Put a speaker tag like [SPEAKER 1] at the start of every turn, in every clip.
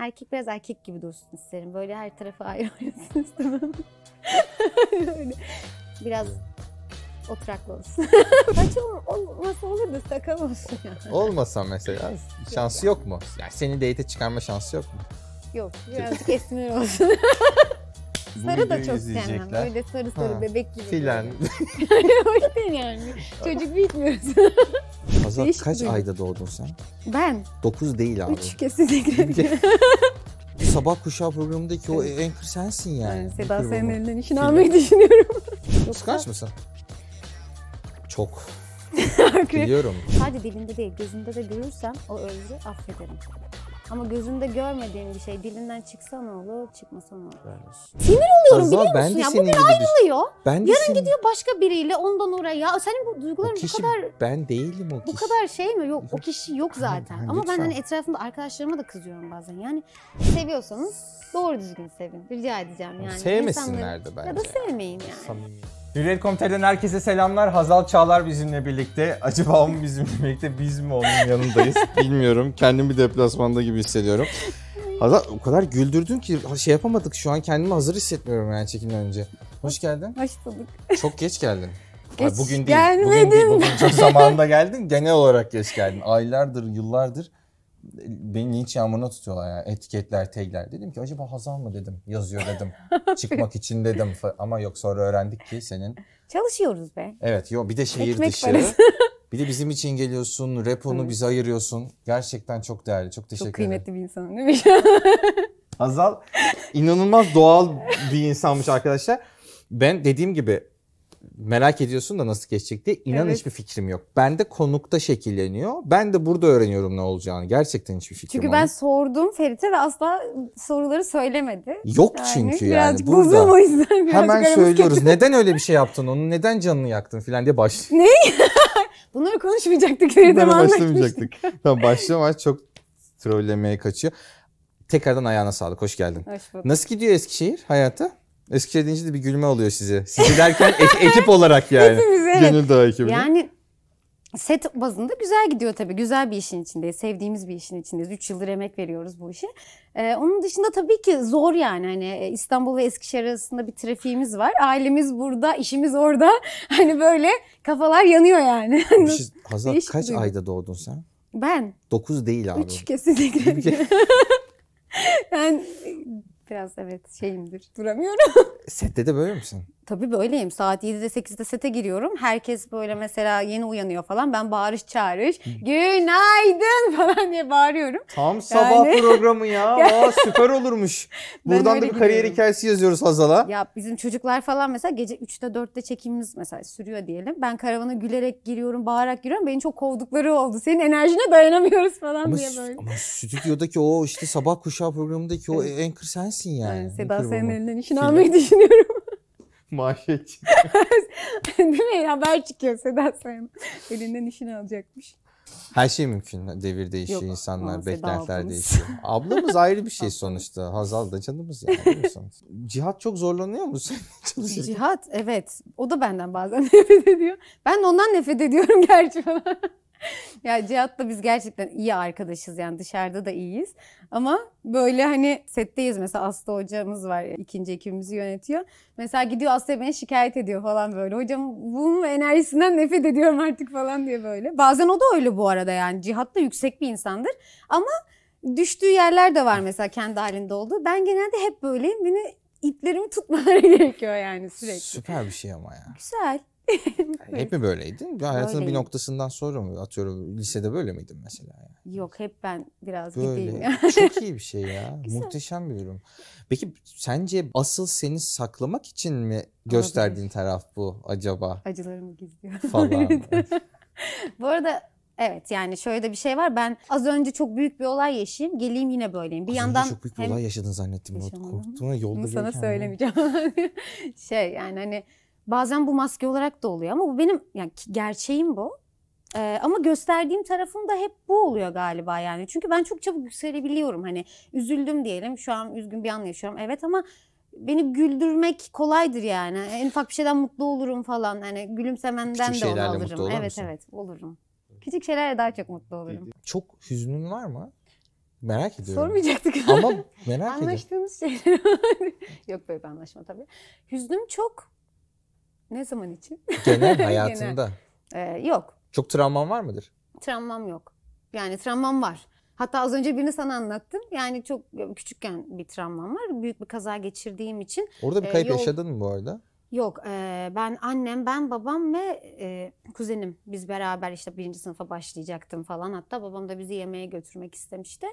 [SPEAKER 1] erkek biraz erkek gibi dursun isterim. Böyle her tarafı ayrı oynasın istemem. Öyle. biraz oturaklı olsun. Saç ol- olmasa olur da sakal olsun ya.
[SPEAKER 2] Olmasa mesela şansı yok mu? Yani seni date'e çıkarma şansı yok mu?
[SPEAKER 1] Yok birazcık esmer olsun.
[SPEAKER 3] Bu
[SPEAKER 1] sarı da
[SPEAKER 3] videoyu
[SPEAKER 1] çok sevmem.
[SPEAKER 3] izleyecekler.
[SPEAKER 1] Böyle sarı sarı
[SPEAKER 2] Ha,
[SPEAKER 1] bebek gibi.
[SPEAKER 2] Filan.
[SPEAKER 1] böyle. Hoş değil yani. Çocuk bitmiyoruz.
[SPEAKER 2] Hazal
[SPEAKER 1] Değişik
[SPEAKER 2] kaç
[SPEAKER 1] duygu.
[SPEAKER 2] ayda doğdun sen?
[SPEAKER 1] ben
[SPEAKER 2] 9 değil abi.
[SPEAKER 1] üç kesinlikle.
[SPEAKER 2] Bu Sabah Kuşağı programındaki o anchor sensin yani.
[SPEAKER 1] Yani
[SPEAKER 2] Bu
[SPEAKER 1] Seda
[SPEAKER 2] programı.
[SPEAKER 1] senin elinden işini
[SPEAKER 2] Filan.
[SPEAKER 1] almayı düşünüyorum.
[SPEAKER 2] Kıskanç mısın? Çok.
[SPEAKER 1] Akrep
[SPEAKER 2] Biliyorum.
[SPEAKER 1] Sadece dilinde değil, gözümde de görürsem o özrü affederim. Ama gözümde görmediğim bir şey dilinden çıksa ne olur, çıkmasa ne olur? Oluyorum
[SPEAKER 2] Hazal,
[SPEAKER 1] biliyor
[SPEAKER 2] ben
[SPEAKER 1] musun
[SPEAKER 2] de
[SPEAKER 1] ya? Bu
[SPEAKER 2] senin
[SPEAKER 1] bir
[SPEAKER 2] gibi düş-
[SPEAKER 1] Oluyor.
[SPEAKER 2] Ben de
[SPEAKER 1] Yarın
[SPEAKER 2] senin-
[SPEAKER 1] gidiyor başka biriyle ondan oraya. Ya senin bu
[SPEAKER 2] O
[SPEAKER 1] duyguların bu
[SPEAKER 2] kişi
[SPEAKER 1] kadar
[SPEAKER 2] ben değilim o
[SPEAKER 1] bu
[SPEAKER 2] kişi.
[SPEAKER 1] kadar şey mi? Yok o kişi yok zaten.
[SPEAKER 2] Ha,
[SPEAKER 1] Ama ben
[SPEAKER 2] lütfen.
[SPEAKER 1] hani etrafımda arkadaşlarıma da kızıyorum bazen. Yani seviyorsanız doğru düzgün sevin. Rica edeceğim yani.
[SPEAKER 2] Sevmesinler de
[SPEAKER 1] İnsanları- Ya da
[SPEAKER 2] bence.
[SPEAKER 1] sevmeyin yani.
[SPEAKER 2] Samimi.
[SPEAKER 3] Hürriyet.com.tr'den herkese selamlar. Hazal Çağlar bizimle birlikte. Acaba o mu bizimle birlikte, biz mi onun yanındayız bilmiyorum. Kendimi deplasmanda gibi hissediyorum.
[SPEAKER 2] Hazal o kadar güldürdün ki şey yapamadık şu an kendimi hazır hissetmiyorum yani çekimden önce. Hoş geldin.
[SPEAKER 1] Hoş bulduk.
[SPEAKER 2] Çok geç geldin.
[SPEAKER 1] Geç
[SPEAKER 2] Ay, bugün değil. Bugün değil.
[SPEAKER 1] gelmedim.
[SPEAKER 2] Bugün çok zamanında geldin. Genel olarak geç geldin. Aylardır, yıllardır beni linç yağmuruna tutuyorlar yani. Etiketler, tagler. Dedim ki acaba Hazal mı dedim. Yazıyor dedim. Çıkmak için dedim. fa- Ama yok sonra öğrendik ki senin.
[SPEAKER 1] Çalışıyoruz be.
[SPEAKER 2] Evet yo bir de şehir
[SPEAKER 1] Ekmek
[SPEAKER 2] dışı.
[SPEAKER 1] parası.
[SPEAKER 2] Bir de bizim için geliyorsun. Reponu bize ayırıyorsun. Gerçekten çok değerli. Çok teşekkür
[SPEAKER 1] Çok
[SPEAKER 2] ederim.
[SPEAKER 1] kıymetli bir insanım değil mi?
[SPEAKER 3] Hazal inanılmaz doğal bir insanmış arkadaşlar.
[SPEAKER 2] Ben dediğim gibi merak ediyorsun da nasıl geçecek diye inan
[SPEAKER 1] Evet.
[SPEAKER 2] hiçbir fikrim yok. Ben de konukta şekilleniyor. Ben de burada öğreniyorum ne olacağını. Gerçekten hiçbir fikrim
[SPEAKER 1] Çünkü
[SPEAKER 2] yok.
[SPEAKER 1] ben sordum Ferit'e ve asla soruları söylemedi.
[SPEAKER 2] Yok çünkü yani
[SPEAKER 1] birazcık bozdum o
[SPEAKER 2] burada.
[SPEAKER 1] yüzden. birazcık
[SPEAKER 2] Hemen
[SPEAKER 1] aramız
[SPEAKER 2] söylüyoruz.
[SPEAKER 1] kötü.
[SPEAKER 2] Neden öyle bir şey yaptın onu? Neden canını yaktın filan diye başlıyor.
[SPEAKER 1] Bunları konuşmayacaktık Ferit'e mi anlaşmıştık?
[SPEAKER 2] tamam başlama çok trollemeye kaçıyor. Tekrardan ayağına sağlık. Hoş geldin.
[SPEAKER 1] Hoş bulduk.
[SPEAKER 2] Nasıl gidiyor Eskişehir hayatı? Eskişehir deyince de bir gülme oluyor sizi. Sizi derken ek- ekip olarak yani.
[SPEAKER 1] Hepimiz, evet.
[SPEAKER 2] Gönül Dağı ekibi.
[SPEAKER 1] Yani set bazında güzel gidiyor tabii. Güzel bir işin içindeyiz. Sevdiğimiz bir işin içindeyiz. 3 yıldır emek veriyoruz bu işe. Ee, onun dışında tabii ki zor yani. Hani e, İstanbul ve Eskişehir arasında bir trafiğimiz var. Ailemiz burada, işimiz orada. Hani böyle kafalar yanıyor yani.
[SPEAKER 2] Bir şey- Hazal
[SPEAKER 1] Değişik
[SPEAKER 2] kaç
[SPEAKER 1] duygu.
[SPEAKER 2] ayda doğdun sen?
[SPEAKER 1] Ben
[SPEAKER 2] 9 değil abi.
[SPEAKER 1] Üç kesinlikle. ben biraz evet şeyimdir. Duramıyorum.
[SPEAKER 2] Sette de böyle misin?
[SPEAKER 1] Tabii böyleyim. Saat 7'de 8'de sete giriyorum. Herkes böyle mesela yeni uyanıyor falan. Ben bağırış çağırış. Günaydın falan diye bağırıyorum.
[SPEAKER 2] Tam
[SPEAKER 1] sabah Yani-
[SPEAKER 2] programı ya. süper olurmuş.
[SPEAKER 1] Ben Buradan da öyle bir kariyer biliyorum.
[SPEAKER 2] hikayesi yazıyoruz Hazal'a.
[SPEAKER 1] Ya bizim çocuklar falan mesela gece 3'te 4'te çekimimiz mesela sürüyor diyelim. Ben karavana gülerek giriyorum, bağırarak giriyorum. Beni çok kovdukları oldu. Senin enerjine dayanamıyoruz falan
[SPEAKER 2] Ama,
[SPEAKER 1] diye
[SPEAKER 2] stü-
[SPEAKER 1] böyle.
[SPEAKER 2] ama stüdyodaki o işte sabah kuşağı programındaki o anchor sensin yani.
[SPEAKER 1] Yani Seda
[SPEAKER 2] Anchor
[SPEAKER 1] senin
[SPEAKER 2] woman.
[SPEAKER 1] elinden işini
[SPEAKER 2] Film.
[SPEAKER 1] almayı düşünüyorum.
[SPEAKER 3] Mahşet.
[SPEAKER 1] Değil mi? Haber çıkıyor Seda Sayan. Elinden işini alacakmış.
[SPEAKER 2] Her şey mümkün. Devir değişiyor,
[SPEAKER 1] Yok,
[SPEAKER 2] insanlar,
[SPEAKER 1] ama Seda
[SPEAKER 2] beklentiler
[SPEAKER 1] ablamız.
[SPEAKER 2] değişiyor. Ablamız ayrı bir şey sonuçta. Hazal da canımız yani biliyorsunuz. Cihat çok zorlanıyor mu sen çalışırken?
[SPEAKER 1] Cihat evet. O da benden bazen nefret ediyor. Ben de ondan nefret ediyorum gerçi falan. ya Cihat'la biz gerçekten iyi arkadaşız yani dışarıda da iyiyiz. Ama böyle hani setteyiz mesela Aslı hocamız var ikinci ekibimizi yönetiyor. Mesela gidiyor Aslı beni şikayet ediyor falan böyle. Hocam bunun enerjisinden nefret ediyorum artık falan diye böyle. Bazen o da öyle bu arada yani Cihat da yüksek bir insandır. Ama düştüğü yerler de var mesela kendi halinde olduğu. Ben genelde hep böyleyim. Beni iplerimi tutmaları gerekiyor yani sürekli.
[SPEAKER 2] Süper bir şey ama ya.
[SPEAKER 1] Güzel.
[SPEAKER 2] Hep mi böyleydin? Ya Hayatının bir
[SPEAKER 1] Böyleyim.
[SPEAKER 2] noktasından sonra mı? Atıyorum lisede böyle miydin mesela? Yani?
[SPEAKER 1] Yok hep ben biraz gideyim.
[SPEAKER 2] Böyle. Çok iyi bir şey ya. Muhteşem bir durum. Peki sence asıl seni saklamak için mi gösterdiğin taraf bu acaba?
[SPEAKER 1] Acılarımı gizliyorum.
[SPEAKER 2] Falan.
[SPEAKER 1] Bu arada evet yani şöyle de bir şey var. Ben az önce çok büyük bir olay yaşayayım. Geleyim yine böyleyim. Bir
[SPEAKER 2] Az önce
[SPEAKER 1] yandan
[SPEAKER 2] çok büyük bir
[SPEAKER 1] hem
[SPEAKER 2] olay yaşadın zannettim.
[SPEAKER 1] Yaşamadım.
[SPEAKER 2] Korktuğuna yolda
[SPEAKER 1] bunu sana
[SPEAKER 2] yürürken ya.
[SPEAKER 1] söylemeyeceğim. şey yani hani bazen bu maske olarak da oluyor ama bu benim yani ki- gerçeğim bu. Ee, ama gösterdiğim tarafım da hep bu oluyor galiba yani. Çünkü ben çok çabuk yükselebiliyorum. Hani üzüldüm diyelim. Şu an üzgün bir an yaşıyorum. Evet ama beni güldürmek kolaydır yani. En ufak bir şeyden mutlu olurum falan. Hani gülümsemenden
[SPEAKER 2] Küçük
[SPEAKER 1] de onu
[SPEAKER 2] şeylerle
[SPEAKER 1] alırım.
[SPEAKER 2] mutlu olur
[SPEAKER 1] evet
[SPEAKER 2] musun?
[SPEAKER 1] evet olurum. Küçük şeylerle daha çok mutlu olurum.
[SPEAKER 2] Çok hüznün var mı? Merak ediyorum.
[SPEAKER 1] Sormayacaktık.
[SPEAKER 2] Ama merak ediyorum.
[SPEAKER 1] Anlaştığımız şeyler var. Yok böyle bir anlaşma tabii. Hüznüm çok. Ne zaman için?
[SPEAKER 2] Genel hayatında.
[SPEAKER 1] Ee, yok.
[SPEAKER 2] Çok travman var mıdır?
[SPEAKER 1] Travmam yok. Yani travmam var. Hatta az önce birini sana anlattım. Yani çok küçükken bir travmam var. Büyük bir kaza geçirdiğim için
[SPEAKER 2] Orada bir
[SPEAKER 1] Ee,
[SPEAKER 2] kayıp
[SPEAKER 1] yok.
[SPEAKER 2] yaşadın mı bu arada?
[SPEAKER 1] Yok eee, ben annem, ben babam ve eee, kuzenim biz beraber işte birinci sınıfa başlayacaktım falan. Hatta babam da bizi yemeğe götürmek istemişti.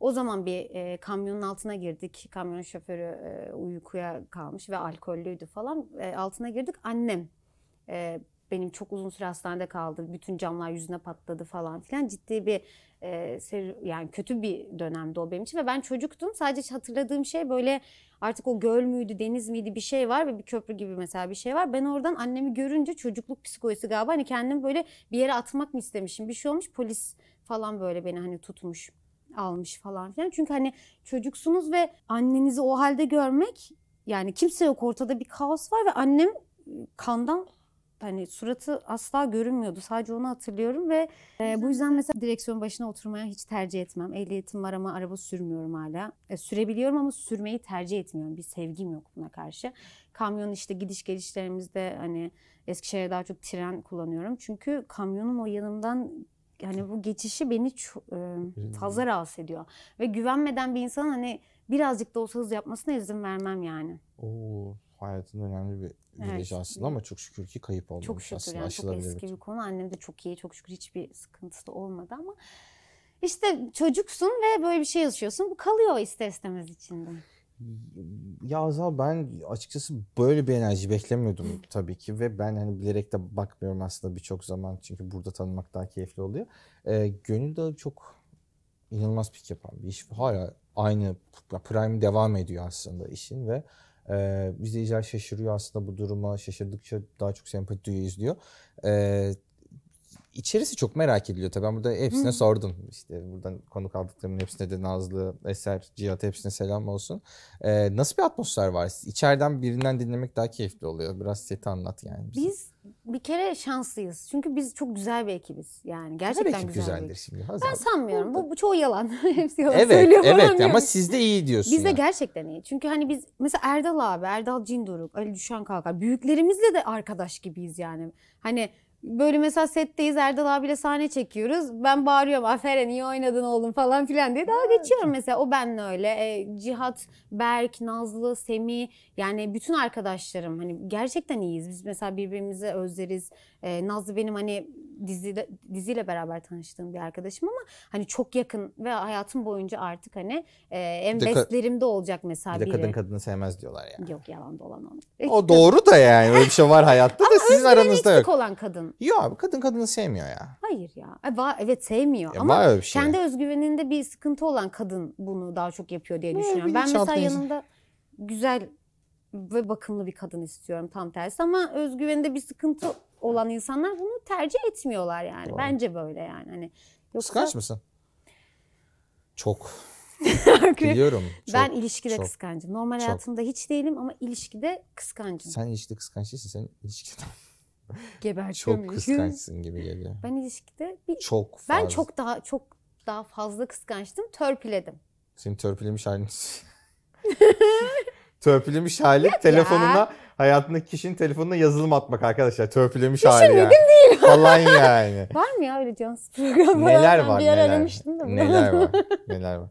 [SPEAKER 1] O zaman bir eee, kamyonun altına girdik. Kamyon şoförü eee, uykuya kalmış ve alkollüydü falan. Eee, altına girdik. Annem eee, benim çok uzun süre hastanede kaldı. Bütün camlar yüzüne patladı falan filan. Ciddi bir eee, seri- yani kötü bir dönemdi o benim için ve ben çocuktum. Sadece hatırladığım şey böyle artık o göl müydü deniz miydi bir şey var ve bir köprü gibi mesela bir şey var. Ben oradan annemi görünce çocukluk psikolojisi galiba hani kendimi böyle bir yere atmak mı istemişim bir şey olmuş polis falan böyle beni hani tutmuş almış falan filan. Çünkü hani çocuksunuz ve annenizi o halde görmek yani kimse yok ortada bir kaos var ve annem kandan hani suratı asla görünmüyordu. Sadece onu hatırlıyorum ve e, bu yüzden mesela direksiyon başına oturmaya hiç tercih etmem. Ehliyetim var ama araba sürmüyorum hala. E, sürebiliyorum ama sürmeyi tercih etmiyorum. Bir sevgim yok buna karşı. Kamyon işte gidiş gelişlerimizde hani Eskişehir'e daha çok tren kullanıyorum. Çünkü kamyonun o yanımdan yani bu geçişi beni ço- e, fazla rahatsız ediyor. Ve güvenmeden bir insan hani birazcık da olsa hız yapmasına izin vermem yani.
[SPEAKER 2] Oo, hayatın önemli bir
[SPEAKER 1] Evet.
[SPEAKER 2] virajı aslında ama çok şükür ki kayıp olmamış
[SPEAKER 1] Çok şükür
[SPEAKER 2] aslında
[SPEAKER 1] yani çok
[SPEAKER 2] aşılabilir.
[SPEAKER 1] eski bir konu. Annem de çok iyi çok şükür hiçbir sıkıntısı da olmadı ama işte çocuksun ve böyle bir şey yaşıyorsun. Bu kalıyor ister istemez içinde.
[SPEAKER 2] Ya Azal ben açıkçası böyle bir enerji beklemiyordum tabii ki ve ben hani bilerek de bakmıyorum aslında birçok zaman çünkü burada tanımak daha keyifli oluyor. Ee, Gönül Dağı çok inanılmaz pik yapan bir iş. Hala aynı prime devam ediyor aslında işin ve e, izleyiciler şaşırıyor aslında bu duruma. Şaşırdıkça daha çok sempati duyuyor izliyor. Ee, İçerisi çok merak ediliyor tabii. Ben burada hepsine sordum. İşte buradan konuk aldıklarımın hepsine de Nazlı, Eser, Cihat hepsine selam olsun. Ee, nasıl bir atmosfer var? İçeriden birinden dinlemek daha keyifli oluyor. Biraz seti anlat yani. bize.
[SPEAKER 1] Biz bir kere şanslıyız. Çünkü biz çok güzel bir ekibiz. Yani gerçekten
[SPEAKER 2] Tabii ki
[SPEAKER 1] güzel bir
[SPEAKER 2] güzeldir
[SPEAKER 1] ekip.
[SPEAKER 2] şimdi. Hazal.
[SPEAKER 1] Ben sanmıyorum. Bu, bu çoğu yalan. Hepsi yalan
[SPEAKER 2] evet,
[SPEAKER 1] söylüyor falan
[SPEAKER 2] evet ama
[SPEAKER 1] diyorum.
[SPEAKER 2] siz de iyi diyorsun.
[SPEAKER 1] Biz de
[SPEAKER 2] yani.
[SPEAKER 1] gerçekten iyi. Çünkü hani biz mesela Erdal abi, Erdal Cindoruk, Ali Düşen Kalkar büyüklerimizle de arkadaş gibiyiz yani. Hani böyle mesela setteyiz Erdal abiyle sahne çekiyoruz. Ben bağırıyorum aferin iyi oynadın oğlum falan filan diye daha geçiyorum mesela. O benle öyle. E, Cihat, Berk, Nazlı, Semih yani bütün arkadaşlarım hani gerçekten iyiyiz. Biz mesela birbirimizi özleriz. E, Nazlı benim hani diziyle, diziyle beraber tanıştığım bir arkadaşım ama hani çok yakın ve hayatım boyunca artık hani e, en
[SPEAKER 2] Bir de ka-
[SPEAKER 1] bestlerimde olacak mesela
[SPEAKER 2] Bir de
[SPEAKER 1] biri.
[SPEAKER 2] kadın kadını sevmez diyorlar yani.
[SPEAKER 1] Yok yalan dolan onu.
[SPEAKER 2] O doğru da yani öyle bir şey var hayatta da sizin aranızda
[SPEAKER 1] Eksik
[SPEAKER 2] yok.
[SPEAKER 1] olan kadın.
[SPEAKER 2] Yok abi kadın kadını sevmiyor ya.
[SPEAKER 1] Hayır ya. E, va- evet sevmiyor
[SPEAKER 2] Ya
[SPEAKER 1] ama
[SPEAKER 2] var öyle bir şey.
[SPEAKER 1] kendi özgüveninde bir sıkıntı olan kadın bunu daha çok yapıyor diye
[SPEAKER 2] Ne,
[SPEAKER 1] düşünüyorum. Ben mesela
[SPEAKER 2] bilinçaltı izin.
[SPEAKER 1] yanımda güzel ve bakımlı bir kadın istiyorum tam tersi ama özgüveninde bir sıkıntı olan insanlar bunu tercih etmiyorlar yani.
[SPEAKER 2] Doğru.
[SPEAKER 1] Bence böyle yani hani.
[SPEAKER 2] Kıskanç mısın? Çok.
[SPEAKER 1] mısın?
[SPEAKER 2] Biliyorum. Çok.
[SPEAKER 1] ben ilişkide
[SPEAKER 2] çok,
[SPEAKER 1] kıskancım. Normal
[SPEAKER 2] çok.
[SPEAKER 1] hayatımda hiç değilim ama ilişkide kıskancım.
[SPEAKER 2] Sen ilişkide kıskanç değilsin. Sen ilişkide
[SPEAKER 1] Gebertiyor
[SPEAKER 2] çok
[SPEAKER 1] muyum?
[SPEAKER 2] kıskançsın gibi geliyor.
[SPEAKER 1] Ben ilişkide bir
[SPEAKER 2] Çok fazla.
[SPEAKER 1] Ben çok daha çok daha fazla kıskançtım, törpüledim.
[SPEAKER 2] Senin törpülemiş halin. törpülemiş hali telefonuna hayatındaki kişinin telefonuna yazılım atmak arkadaşlar. Törpülemiş
[SPEAKER 1] şey
[SPEAKER 2] hali yani. değil. Falan yani.
[SPEAKER 1] Var mı ya öyle cansız program?
[SPEAKER 2] neler
[SPEAKER 1] Ben
[SPEAKER 2] var
[SPEAKER 1] Bir yer
[SPEAKER 2] neler.
[SPEAKER 1] aramıştım da.
[SPEAKER 2] neler var neler var.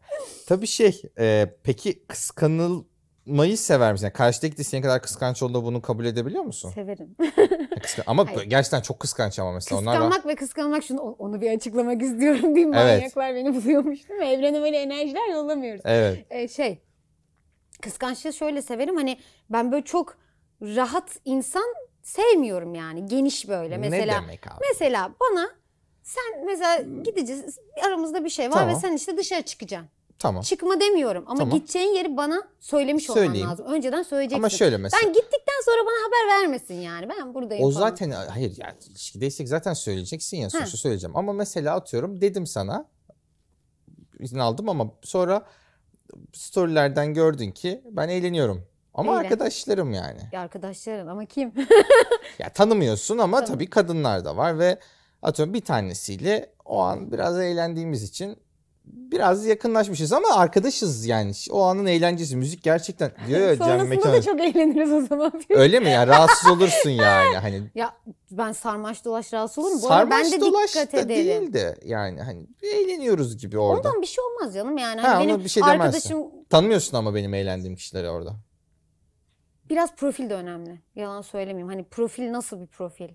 [SPEAKER 2] Tabii şey e, peki kıskanılmayı sever misin? Yani karşıdaki de senin kadar kıskanç olduğunda bunu kabul edebiliyor musun?
[SPEAKER 1] Severim.
[SPEAKER 2] Ya kıskan- ama
[SPEAKER 1] Hayır.
[SPEAKER 2] gerçekten çok kıskanç ama mesela onlar var.
[SPEAKER 1] Kıskanmak ve kıskanmak şunu onu bir açıklamak istiyorum. Bir manyaklar beni buluyormuş değil mi? Evrene böyle enerjiler yollamıyoruz.
[SPEAKER 2] Evet.
[SPEAKER 1] Ee, şey kıskançlığı şöyle severim hani ben böyle çok rahat insan sevmiyorum yani geniş böyle mesela.
[SPEAKER 2] ne demek abi?
[SPEAKER 1] Mesela bana sen mesela gideceğiz aramızda bir şey var ve
[SPEAKER 2] Tamam.
[SPEAKER 1] sen işte dışarı çıkacaksın.
[SPEAKER 2] Tamam.
[SPEAKER 1] Çıkma demiyorum ama
[SPEAKER 2] Tamam.
[SPEAKER 1] gideceğin yeri bana söylemiş
[SPEAKER 2] Söyleyeyim.
[SPEAKER 1] olman lazım. Önceden söyleyeceksin.
[SPEAKER 2] Ama şöyle mesela.
[SPEAKER 1] Ben gittikten sonra bana haber vermesin yani. Ben buradayım
[SPEAKER 2] O
[SPEAKER 1] falan.
[SPEAKER 2] zaten hayır yani ilişkideysek zaten söyleyeceksin ya sonuçta
[SPEAKER 1] Ha.
[SPEAKER 2] söyleyeceğim. Ama mesela atıyorum dedim sana izin aldım ama sonra storylerden gördün ki ben eğleniyorum. Ama
[SPEAKER 1] Eğlen.
[SPEAKER 2] arkadaşlarım yani.
[SPEAKER 1] Ya arkadaşların ama kim?
[SPEAKER 2] Ya tanımıyorsun ama
[SPEAKER 1] Tamam.
[SPEAKER 2] tabii kadınlar da var ve atıyorum bir tanesiyle o an biraz eğlendiğimiz için biraz yakınlaşmışız ama arkadaşız yani. O anın eğlencesi. Müzik gerçekten diyor ya Cem
[SPEAKER 1] Sonrasında
[SPEAKER 2] Mekan.
[SPEAKER 1] da çok eğleniriz o zaman.
[SPEAKER 2] Öyle mi ya? Rahatsız olursun yani. Hani
[SPEAKER 1] ya ben sarmaş dolaş rahatsız olurum. Bu arada ben
[SPEAKER 2] sarmaş
[SPEAKER 1] de
[SPEAKER 2] dolaş
[SPEAKER 1] dikkat
[SPEAKER 2] da
[SPEAKER 1] ederim.
[SPEAKER 2] değil de yani hani eğleniyoruz gibi orada.
[SPEAKER 1] Ondan bir şey olmaz canım yani.
[SPEAKER 2] Ha,
[SPEAKER 1] Hani
[SPEAKER 2] ona
[SPEAKER 1] benim
[SPEAKER 2] bir şey demezsin.
[SPEAKER 1] arkadaşım
[SPEAKER 2] Tanımıyorsun ama benim eğlendiğim kişileri orada.
[SPEAKER 1] biraz profil de önemli. Yalan söylemeyeyim. Hani profil nasıl bir profil?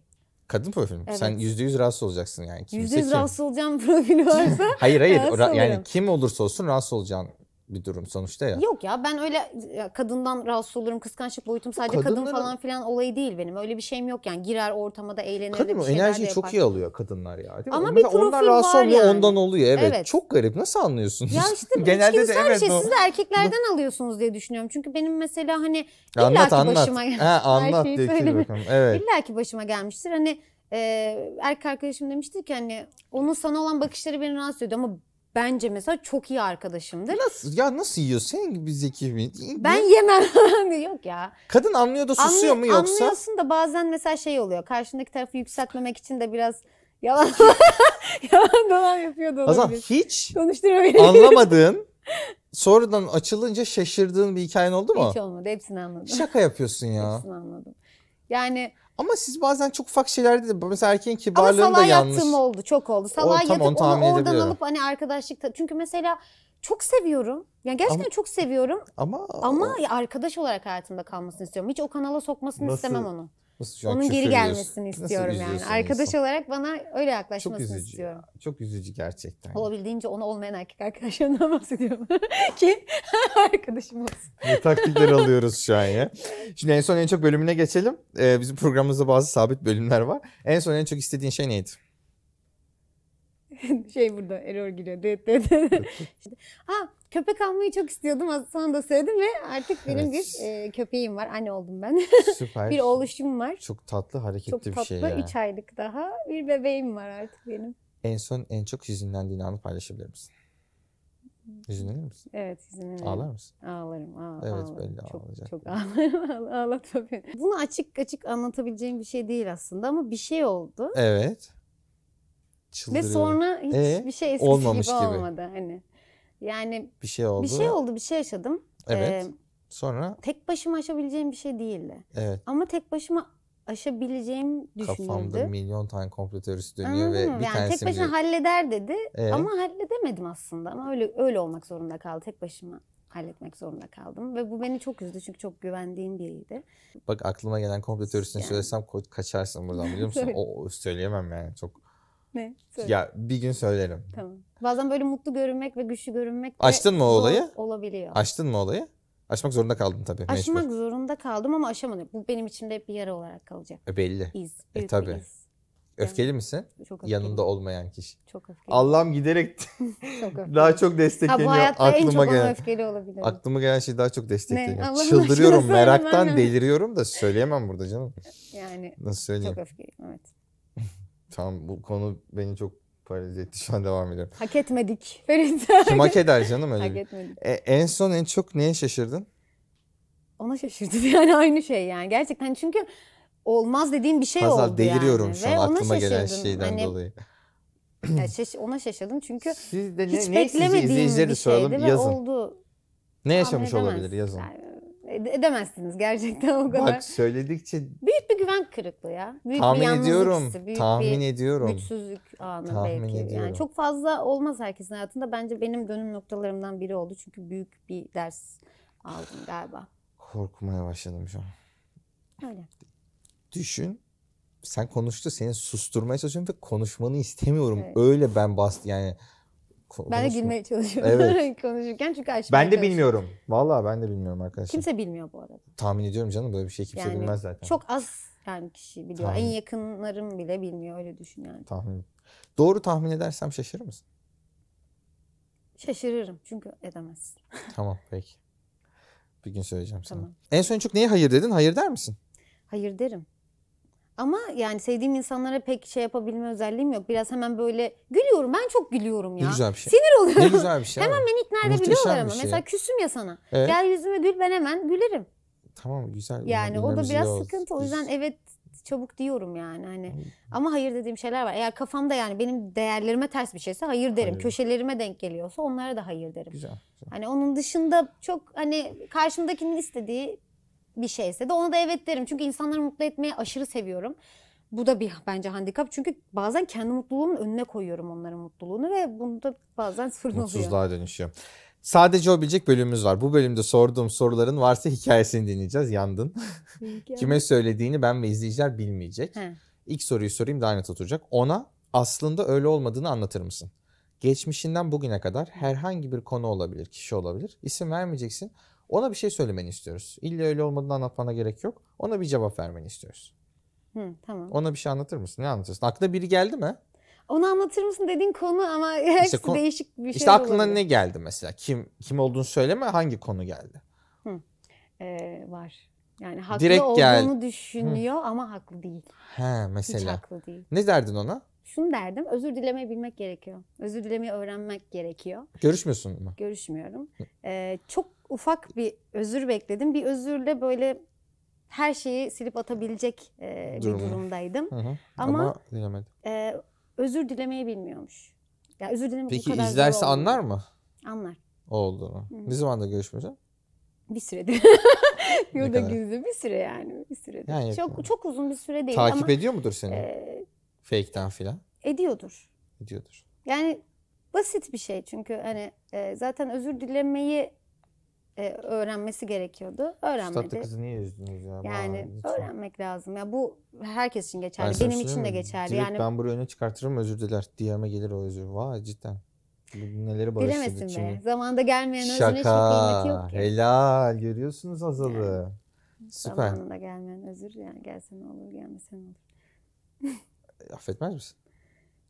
[SPEAKER 2] Kadın profili mi?
[SPEAKER 1] Evet.
[SPEAKER 2] Sen %100 rahatsız olacaksın yani. Kimse
[SPEAKER 1] Yüzde yüz
[SPEAKER 2] kim?
[SPEAKER 1] rahatsız olacağım profili varsa.
[SPEAKER 2] Hayır hayır. O
[SPEAKER 1] Rahatsız
[SPEAKER 2] ra- yani
[SPEAKER 1] oluyorum.
[SPEAKER 2] kim olursa olsun rahatsız olacağın bir durum sonuçta ya.
[SPEAKER 1] Yok ya ben öyle ya, kadından rahatsız olurum. Kıskançlık boyutum sadece kadın
[SPEAKER 2] kadınların-
[SPEAKER 1] falan filan olayı değil benim. Öyle bir şeyim yok yani. Girer ortama da eğlenir de
[SPEAKER 2] Kadın
[SPEAKER 1] bir
[SPEAKER 2] o
[SPEAKER 1] şeyler de
[SPEAKER 2] enerjiyi çok
[SPEAKER 1] yapar.
[SPEAKER 2] iyi alıyor kadınlar ya. Değil mi?
[SPEAKER 1] Ama bir
[SPEAKER 2] Mesela ondan
[SPEAKER 1] profil
[SPEAKER 2] rahatsız
[SPEAKER 1] var
[SPEAKER 2] olmuyor
[SPEAKER 1] yani.
[SPEAKER 2] ondan oluyor evet.
[SPEAKER 1] Evet.
[SPEAKER 2] Çok garip nasıl anlıyorsunuz?
[SPEAKER 1] Ya işte
[SPEAKER 4] Genelde de
[SPEAKER 1] Genelde de
[SPEAKER 4] evet
[SPEAKER 1] bir şey
[SPEAKER 4] o-
[SPEAKER 1] siz de erkeklerden alıyorsunuz diye düşünüyorum. Çünkü benim mesela hani
[SPEAKER 2] Ya anlat
[SPEAKER 1] illaki
[SPEAKER 2] anlat.
[SPEAKER 1] başıma gel-
[SPEAKER 2] Ha,
[SPEAKER 1] Her
[SPEAKER 2] anlat
[SPEAKER 1] şeyi
[SPEAKER 2] diye ikili
[SPEAKER 1] söyleme.
[SPEAKER 2] bakalım. Evet.
[SPEAKER 1] İlla ki başıma gelmiştir. Hani e, erkek arkadaşım demişti ki hani onun sana olan bakışları beni rahatsız ediyor ama bence mesela çok iyi arkadaşımdır.
[SPEAKER 2] Nasıl, ya nasıl yiyor? Senin gibi zeki mi?
[SPEAKER 1] Ben yemem. Hani, Yok ya.
[SPEAKER 2] Kadın anlıyor da susuyor
[SPEAKER 1] Anlı-
[SPEAKER 2] mu yoksa?
[SPEAKER 1] Anlıyorsun da bazen mesela şey oluyor. Karşındaki tarafı yükseltmemek için de biraz yalan yalan dolan yapıyor da
[SPEAKER 2] Azam
[SPEAKER 1] olabilir.
[SPEAKER 2] hiç
[SPEAKER 1] Konuşturma beni.
[SPEAKER 2] anlamadığın sonradan açılınca şaşırdığın bir hikayen oldu mu?
[SPEAKER 1] Hiç olmadı. Hepsini anladım.
[SPEAKER 2] Şaka yapıyorsun ya.
[SPEAKER 1] Hepsini anladım. Yani
[SPEAKER 2] Ama siz bazen çok ufak şeylerde de mesela erkeğin
[SPEAKER 1] ama
[SPEAKER 2] kibarlığını da
[SPEAKER 1] salağa
[SPEAKER 2] yanlış.
[SPEAKER 1] yattığım oldu. Çok oldu. Salağa
[SPEAKER 2] tamam,
[SPEAKER 1] yatıp
[SPEAKER 2] onu
[SPEAKER 1] onu
[SPEAKER 2] tahmin
[SPEAKER 1] oradan
[SPEAKER 2] edebiliyorum.
[SPEAKER 1] alıp hani arkadaşlık ta- çünkü mesela çok seviyorum. Yani gerçekten
[SPEAKER 2] Ama-
[SPEAKER 1] çok seviyorum
[SPEAKER 2] Ama,
[SPEAKER 1] ama ya arkadaş olarak hayatımda kalmasını istiyorum. Hiç o kanala sokmasını
[SPEAKER 2] Nasıl-
[SPEAKER 1] istemem onu.
[SPEAKER 2] Nasıl şu an
[SPEAKER 1] Onun
[SPEAKER 2] küfür
[SPEAKER 1] geri
[SPEAKER 2] ediyorsun?
[SPEAKER 1] gelmesini
[SPEAKER 2] Nasıl
[SPEAKER 1] istiyorum yani.
[SPEAKER 2] üzüyorsun
[SPEAKER 1] Arkadaş
[SPEAKER 2] insan?
[SPEAKER 1] olarak bana öyle
[SPEAKER 2] Çok
[SPEAKER 1] yaklaşmasını
[SPEAKER 2] üzücü
[SPEAKER 1] istiyorum.
[SPEAKER 2] ya. Çok üzücü gerçekten.
[SPEAKER 1] Olabildiğince onu olmayan erkek arkadaşlarımdan bahsediyorum. Ki arkadaşım olsun.
[SPEAKER 2] Ne taktikler alıyoruz şu an ya. Şimdi en son en çok bölümüne geçelim. Ee, bizim programımızda bazı sabit bölümler var. En son en çok istediğin şey neydi?
[SPEAKER 1] şey burada error giriyor. Dıt dıt dıt. İşte, ha köpek almayı çok istiyordum. Az- Sana da söyledim ve artık benim
[SPEAKER 2] Evet.
[SPEAKER 1] bir e, köpeğim var. Anne oldum ben.
[SPEAKER 2] Süper.
[SPEAKER 1] bir oğluşum var.
[SPEAKER 2] Çok tatlı hareketli
[SPEAKER 1] Çok
[SPEAKER 2] bir
[SPEAKER 1] tatlı.
[SPEAKER 2] şey
[SPEAKER 1] üç
[SPEAKER 2] ya.
[SPEAKER 1] 3 aylık daha. Bir bebeğim var artık benim.
[SPEAKER 2] En son en çok hüzünlendiğin anı paylaşabilir misin? Hüzünlenir misin?
[SPEAKER 1] Evet izin
[SPEAKER 2] Ağlar mısın?
[SPEAKER 1] Ağlarım. ağ-
[SPEAKER 2] Evet,
[SPEAKER 1] ağlarım.
[SPEAKER 2] belli
[SPEAKER 1] çok,
[SPEAKER 2] ağlayacak.
[SPEAKER 1] Çok ağlarım. ağla- Ağlatma beni. Bunu açık açık anlatabileceğim bir şey değil aslında ama bir şey oldu.
[SPEAKER 2] Evet.
[SPEAKER 1] Ve
[SPEAKER 2] Çıldırıyorum.
[SPEAKER 1] sonra
[SPEAKER 2] Ee,
[SPEAKER 1] hiçbir şey eskisi
[SPEAKER 2] olmamış
[SPEAKER 1] gibi,
[SPEAKER 2] gibi.
[SPEAKER 1] olmadı hani. Yani
[SPEAKER 2] bir şey oldu.
[SPEAKER 1] bir şey oldu, bir şey yaşadım.
[SPEAKER 2] Evet.
[SPEAKER 1] Ee,
[SPEAKER 2] Sonra
[SPEAKER 1] tek başıma aşabileceğim bir şey değildi.
[SPEAKER 2] evet
[SPEAKER 1] Ama tek başıma aşabileceğim
[SPEAKER 2] kafamda
[SPEAKER 1] düşünüldü.
[SPEAKER 2] milyon tane komplo teorisi dönüyor
[SPEAKER 1] Anladın mı?
[SPEAKER 2] ve bir
[SPEAKER 1] Yani
[SPEAKER 2] tanesi
[SPEAKER 1] tek başına halleder dedi
[SPEAKER 2] Ee?
[SPEAKER 1] ama halledemedim aslında. Ama öyle öyle olmak zorunda kaldı. Tek başıma halletmek zorunda kaldım ve bu beni çok üzdü çünkü çok güvendiğim biriydi.
[SPEAKER 2] Bak aklıma gelen komplo teorisini
[SPEAKER 1] Yani.
[SPEAKER 2] söylesem ko- kaçarsın buradan biliyor musun?
[SPEAKER 1] Söyle.
[SPEAKER 2] o, o söyleyemem yani çok.
[SPEAKER 1] Ne? Söyle.
[SPEAKER 2] Ya bir gün söylerim.
[SPEAKER 1] Tamam. Bazen böyle mutlu görünmek ve güçlü görünmek de
[SPEAKER 2] Açtın mı o
[SPEAKER 1] zor
[SPEAKER 2] olayı?
[SPEAKER 1] Olabiliyor.
[SPEAKER 2] Açtın mı olayı? Açmak zorunda kaldın tabii
[SPEAKER 1] Aşmak
[SPEAKER 2] mecbur.
[SPEAKER 1] zorunda kaldım ama aşamadım. Bu benim içimde hep bir yara olarak kalacak.
[SPEAKER 2] E, belli.
[SPEAKER 1] İz.
[SPEAKER 2] E,
[SPEAKER 1] Büyük bir
[SPEAKER 2] tabii.
[SPEAKER 1] iz.
[SPEAKER 2] Öfkeli misin?
[SPEAKER 1] Çok öfkeliyim.
[SPEAKER 2] Yanında olmayan kişi.
[SPEAKER 1] Çok öfkeliyim.
[SPEAKER 2] Allah'ım giderek
[SPEAKER 1] çok öfkeliyim.
[SPEAKER 2] daha çok
[SPEAKER 1] Ha, bu
[SPEAKER 2] destekleniyor.
[SPEAKER 1] hayatta en çok
[SPEAKER 2] Aklıma
[SPEAKER 1] ona
[SPEAKER 2] gelen.
[SPEAKER 1] öfkeli olabilirim.
[SPEAKER 2] Aklıma gelen şey daha çok destekleniyor.
[SPEAKER 1] Allah'ın aşkına
[SPEAKER 2] Çıldırıyorum
[SPEAKER 1] söylemem
[SPEAKER 2] meraktan
[SPEAKER 1] lazım.
[SPEAKER 2] deliriyorum da söyleyemem burada canım.
[SPEAKER 1] yani
[SPEAKER 2] Nasıl söyleyeyim?
[SPEAKER 1] çok öfkeliyim evet.
[SPEAKER 2] Tamam bu konu beni çok paralize etti. Şu an devam ediyorum.
[SPEAKER 1] Hak etmedik. Ferit.
[SPEAKER 2] Kim hak eder canım öyle
[SPEAKER 1] Hak
[SPEAKER 2] bir.
[SPEAKER 1] etmedik.
[SPEAKER 2] E, en son en çok neye şaşırdın?
[SPEAKER 1] Ona şaşırdım yani aynı şey yani. Gerçekten çünkü olmaz dediğim bir şey
[SPEAKER 2] Hazal
[SPEAKER 1] oldu
[SPEAKER 2] deliriyorum
[SPEAKER 1] yani.
[SPEAKER 2] şu
[SPEAKER 1] Ve
[SPEAKER 2] an
[SPEAKER 1] ona
[SPEAKER 2] aklıma gelen
[SPEAKER 1] şaşırdım.
[SPEAKER 2] şeyden
[SPEAKER 1] Hani-
[SPEAKER 2] dolayı.
[SPEAKER 1] Ya şaş- ona şaşırdım çünkü
[SPEAKER 2] Siz de
[SPEAKER 1] hiç
[SPEAKER 2] ne, ne
[SPEAKER 1] beklemediğim
[SPEAKER 2] izleyicileri
[SPEAKER 1] bir şey
[SPEAKER 2] soralım
[SPEAKER 1] şeydi ve
[SPEAKER 2] yazın.
[SPEAKER 1] oldu.
[SPEAKER 2] Ne
[SPEAKER 1] Tahmin
[SPEAKER 2] yaşamış olabilir
[SPEAKER 1] edemezsin.
[SPEAKER 2] yazın.
[SPEAKER 1] Yani ede- edemezsiniz gerçekten o kadar.
[SPEAKER 2] Bak söyledikçe
[SPEAKER 1] Büyük bir güven kırıklığı ya. Büyük bir
[SPEAKER 2] tahmin
[SPEAKER 1] yalnızlık
[SPEAKER 2] ediyorum.
[SPEAKER 1] hissi, büyük
[SPEAKER 2] Tahmin
[SPEAKER 1] bir
[SPEAKER 2] ediyorum.
[SPEAKER 1] güçsüzlük anı
[SPEAKER 2] Tahmin
[SPEAKER 1] belki.
[SPEAKER 2] ediyorum.
[SPEAKER 1] Yani çok fazla olmaz herkesin hayatında. Bence benim dönüm noktalarımdan biri oldu. Çünkü büyük bir ders aldım galiba.
[SPEAKER 2] Korkmaya başladım şu an.
[SPEAKER 1] Öyle.
[SPEAKER 2] Düşün. Sen konuştu seni susturmaya çalışıyorum ve konuşmanı istemiyorum.
[SPEAKER 1] Evet.
[SPEAKER 2] Öyle ben bast yani. Ko-
[SPEAKER 1] Ben de
[SPEAKER 2] konuşma-
[SPEAKER 1] gülmeye çalışıyorum
[SPEAKER 2] Evet.
[SPEAKER 1] konuşurken çünkü aşmaya
[SPEAKER 2] Ben de
[SPEAKER 1] çalışıyorum.
[SPEAKER 2] bilmiyorum. Vallahi ben de bilmiyorum arkadaşlar.
[SPEAKER 1] Kimse bilmiyor bu arada.
[SPEAKER 2] Tahmin ediyorum canım böyle bir şey kimse
[SPEAKER 1] Yani
[SPEAKER 2] bilmez zaten.
[SPEAKER 1] Çok az yani kişi biliyor.
[SPEAKER 2] Tahmin.
[SPEAKER 1] En yakınlarım bile bilmiyor öyle düşün yani.
[SPEAKER 2] Tahmin. Doğru tahmin edersem şaşırır mısın?
[SPEAKER 1] Şaşırırım çünkü edemez.
[SPEAKER 2] tamam peki. Bir gün söyleyeceğim sana.
[SPEAKER 1] Tamam.
[SPEAKER 2] En son en çok neye hayır dedin? Hayır der misin?
[SPEAKER 1] Hayır derim. Ama yani sevdiğim insanlara pek şey yapabilme özelliğim yok. Biraz hemen böyle gülüyorum. Ben çok gülüyorum ya.
[SPEAKER 2] Ne güzel bir şey.
[SPEAKER 1] Sinir oluyorum.
[SPEAKER 2] Ne güzel bir şey.
[SPEAKER 1] Hemen
[SPEAKER 2] abi.
[SPEAKER 1] beni ikna
[SPEAKER 2] Muhteşem
[SPEAKER 1] edebiliyorlar
[SPEAKER 2] bir
[SPEAKER 1] ama.
[SPEAKER 2] şey.
[SPEAKER 1] Mesela küsüm ya sana.
[SPEAKER 2] Evet.
[SPEAKER 1] Gel yüzüme gül ben hemen gülerim.
[SPEAKER 2] Tamam güzel. Bunu
[SPEAKER 1] Yani o da
[SPEAKER 2] bilmemiz iyi
[SPEAKER 1] biraz
[SPEAKER 2] oldu.
[SPEAKER 1] sıkıntı. O
[SPEAKER 2] Biz-
[SPEAKER 1] yüzden evet çabuk diyorum yani hani. Ama hayır dediğim şeyler var. Eğer kafamda yani benim değerlerime ters bir şeyse hayır derim.
[SPEAKER 2] Hayır.
[SPEAKER 1] Köşelerime denk geliyorsa onlara da hayır derim.
[SPEAKER 2] Güzel.
[SPEAKER 1] Hani onun dışında çok hani karşımdakinin istediği bir şeyse de ona da evet derim. Çünkü insanları mutlu etmeyi aşırı seviyorum. Bu da bir bence handikap. Çünkü bazen kendi mutluluğumun önüne koyuyorum onların mutluluğunu ve bunda bazen sorun oluyor.
[SPEAKER 2] Mutsuzluğa dönüşüyor. Sadece o bilecek bölümümüz var. Bu bölümde sorduğum soruların varsa hikayesini dinleyeceğiz. Yandın. Kime söylediğini ben ve izleyiciler bilmeyecek.
[SPEAKER 1] He.
[SPEAKER 2] İlk soruyu sorayım daha net oturacak. Ona aslında öyle olmadığını anlatır mısın? Geçmişinden bugüne kadar herhangi bir konu olabilir, kişi olabilir. İsim vermeyeceksin. Ona bir şey söylemeni istiyoruz. İlla öyle olmadığını anlatmana gerek yok. Ona bir cevap vermeni istiyoruz.
[SPEAKER 1] Hı, tamam.
[SPEAKER 2] Ona bir şey anlatır mısın? Ne anlatırsın? Aklına biri geldi mi?
[SPEAKER 1] Onu anlatır mısın dediğin konu ama hepsi
[SPEAKER 2] kon-
[SPEAKER 1] değişik bir şey.
[SPEAKER 2] işte aklına
[SPEAKER 1] olabilir.
[SPEAKER 2] ne geldi mesela? Kim kim olduğunu söyleme, hangi konu geldi?
[SPEAKER 1] Ee, var. Yani haklı
[SPEAKER 2] Direkt
[SPEAKER 1] olduğunu
[SPEAKER 2] gel-
[SPEAKER 1] düşünüyor ama haklı değil.
[SPEAKER 2] He
[SPEAKER 1] Hiç
[SPEAKER 2] mesela.
[SPEAKER 1] haklı değil.
[SPEAKER 2] Ne derdin ona?
[SPEAKER 1] Şunu derdim, özür dilemeyi bilmek gerekiyor. Özür dilemeyi öğrenmek gerekiyor.
[SPEAKER 2] Görüşmüyorsun mu?
[SPEAKER 1] Görüşmüyorum. Ee, çok ufak bir özür bekledim. Bir özürle böyle her şeyi silip atabilecek e, bir
[SPEAKER 2] Durumu.
[SPEAKER 1] durumdaydım.
[SPEAKER 2] Hı hı.
[SPEAKER 1] Ama-
[SPEAKER 2] Ama, dinlemedi.
[SPEAKER 1] Ee, özür dilemeyi bilmiyormuş. Ya özür dilemek bu
[SPEAKER 2] Peki
[SPEAKER 1] kadar zor
[SPEAKER 2] izlerse
[SPEAKER 1] olduğunu-
[SPEAKER 2] anlar mı
[SPEAKER 1] Anlar.
[SPEAKER 2] o olduğunu? Ne zaman da görüşmeyeceğim?
[SPEAKER 1] Bir süredir. Yurda
[SPEAKER 2] kadar?
[SPEAKER 1] gizli bir süre yani. Bir süredir.
[SPEAKER 2] Yani
[SPEAKER 1] çok
[SPEAKER 2] yakın.
[SPEAKER 1] çok uzun bir süre değil
[SPEAKER 2] Takip
[SPEAKER 1] ama
[SPEAKER 2] ediyor mudur seni?
[SPEAKER 1] e,
[SPEAKER 2] Fake'ten filan
[SPEAKER 1] ediyordur.
[SPEAKER 2] ediyordur.
[SPEAKER 1] Yani basit bir şey çünkü hani e, zaten özür dilemeyi e, öğrenmesi gerekiyordu.
[SPEAKER 2] Şu
[SPEAKER 1] Öğrenmedi.
[SPEAKER 2] tatlı kızı niye üzdünüz ya?
[SPEAKER 1] Yani
[SPEAKER 2] Vallahi lütfen.
[SPEAKER 1] öğrenmek lazım. Ya bu herkes için geçerli.
[SPEAKER 2] Ben sana
[SPEAKER 1] Benim için de
[SPEAKER 2] söyleyeyim mi?
[SPEAKER 1] geçerli.
[SPEAKER 2] Direkt
[SPEAKER 1] yani
[SPEAKER 2] ben burayı öne çıkartırım özür diler. DM'e gelir o özür. Vay cidden. Bu Neleri barıştırdık
[SPEAKER 1] bilemesin
[SPEAKER 2] şimdi.
[SPEAKER 1] be. Zamanda gelmeyen özüne hiçbir kıymeti
[SPEAKER 2] Şaka.
[SPEAKER 1] yok ki.
[SPEAKER 2] Helal. Görüyorsunuz Hazal'ı. Süper.
[SPEAKER 1] Zamanında gelmeyen özür yani gelse ne olur gelmese ne olur.
[SPEAKER 2] Affetmez misin?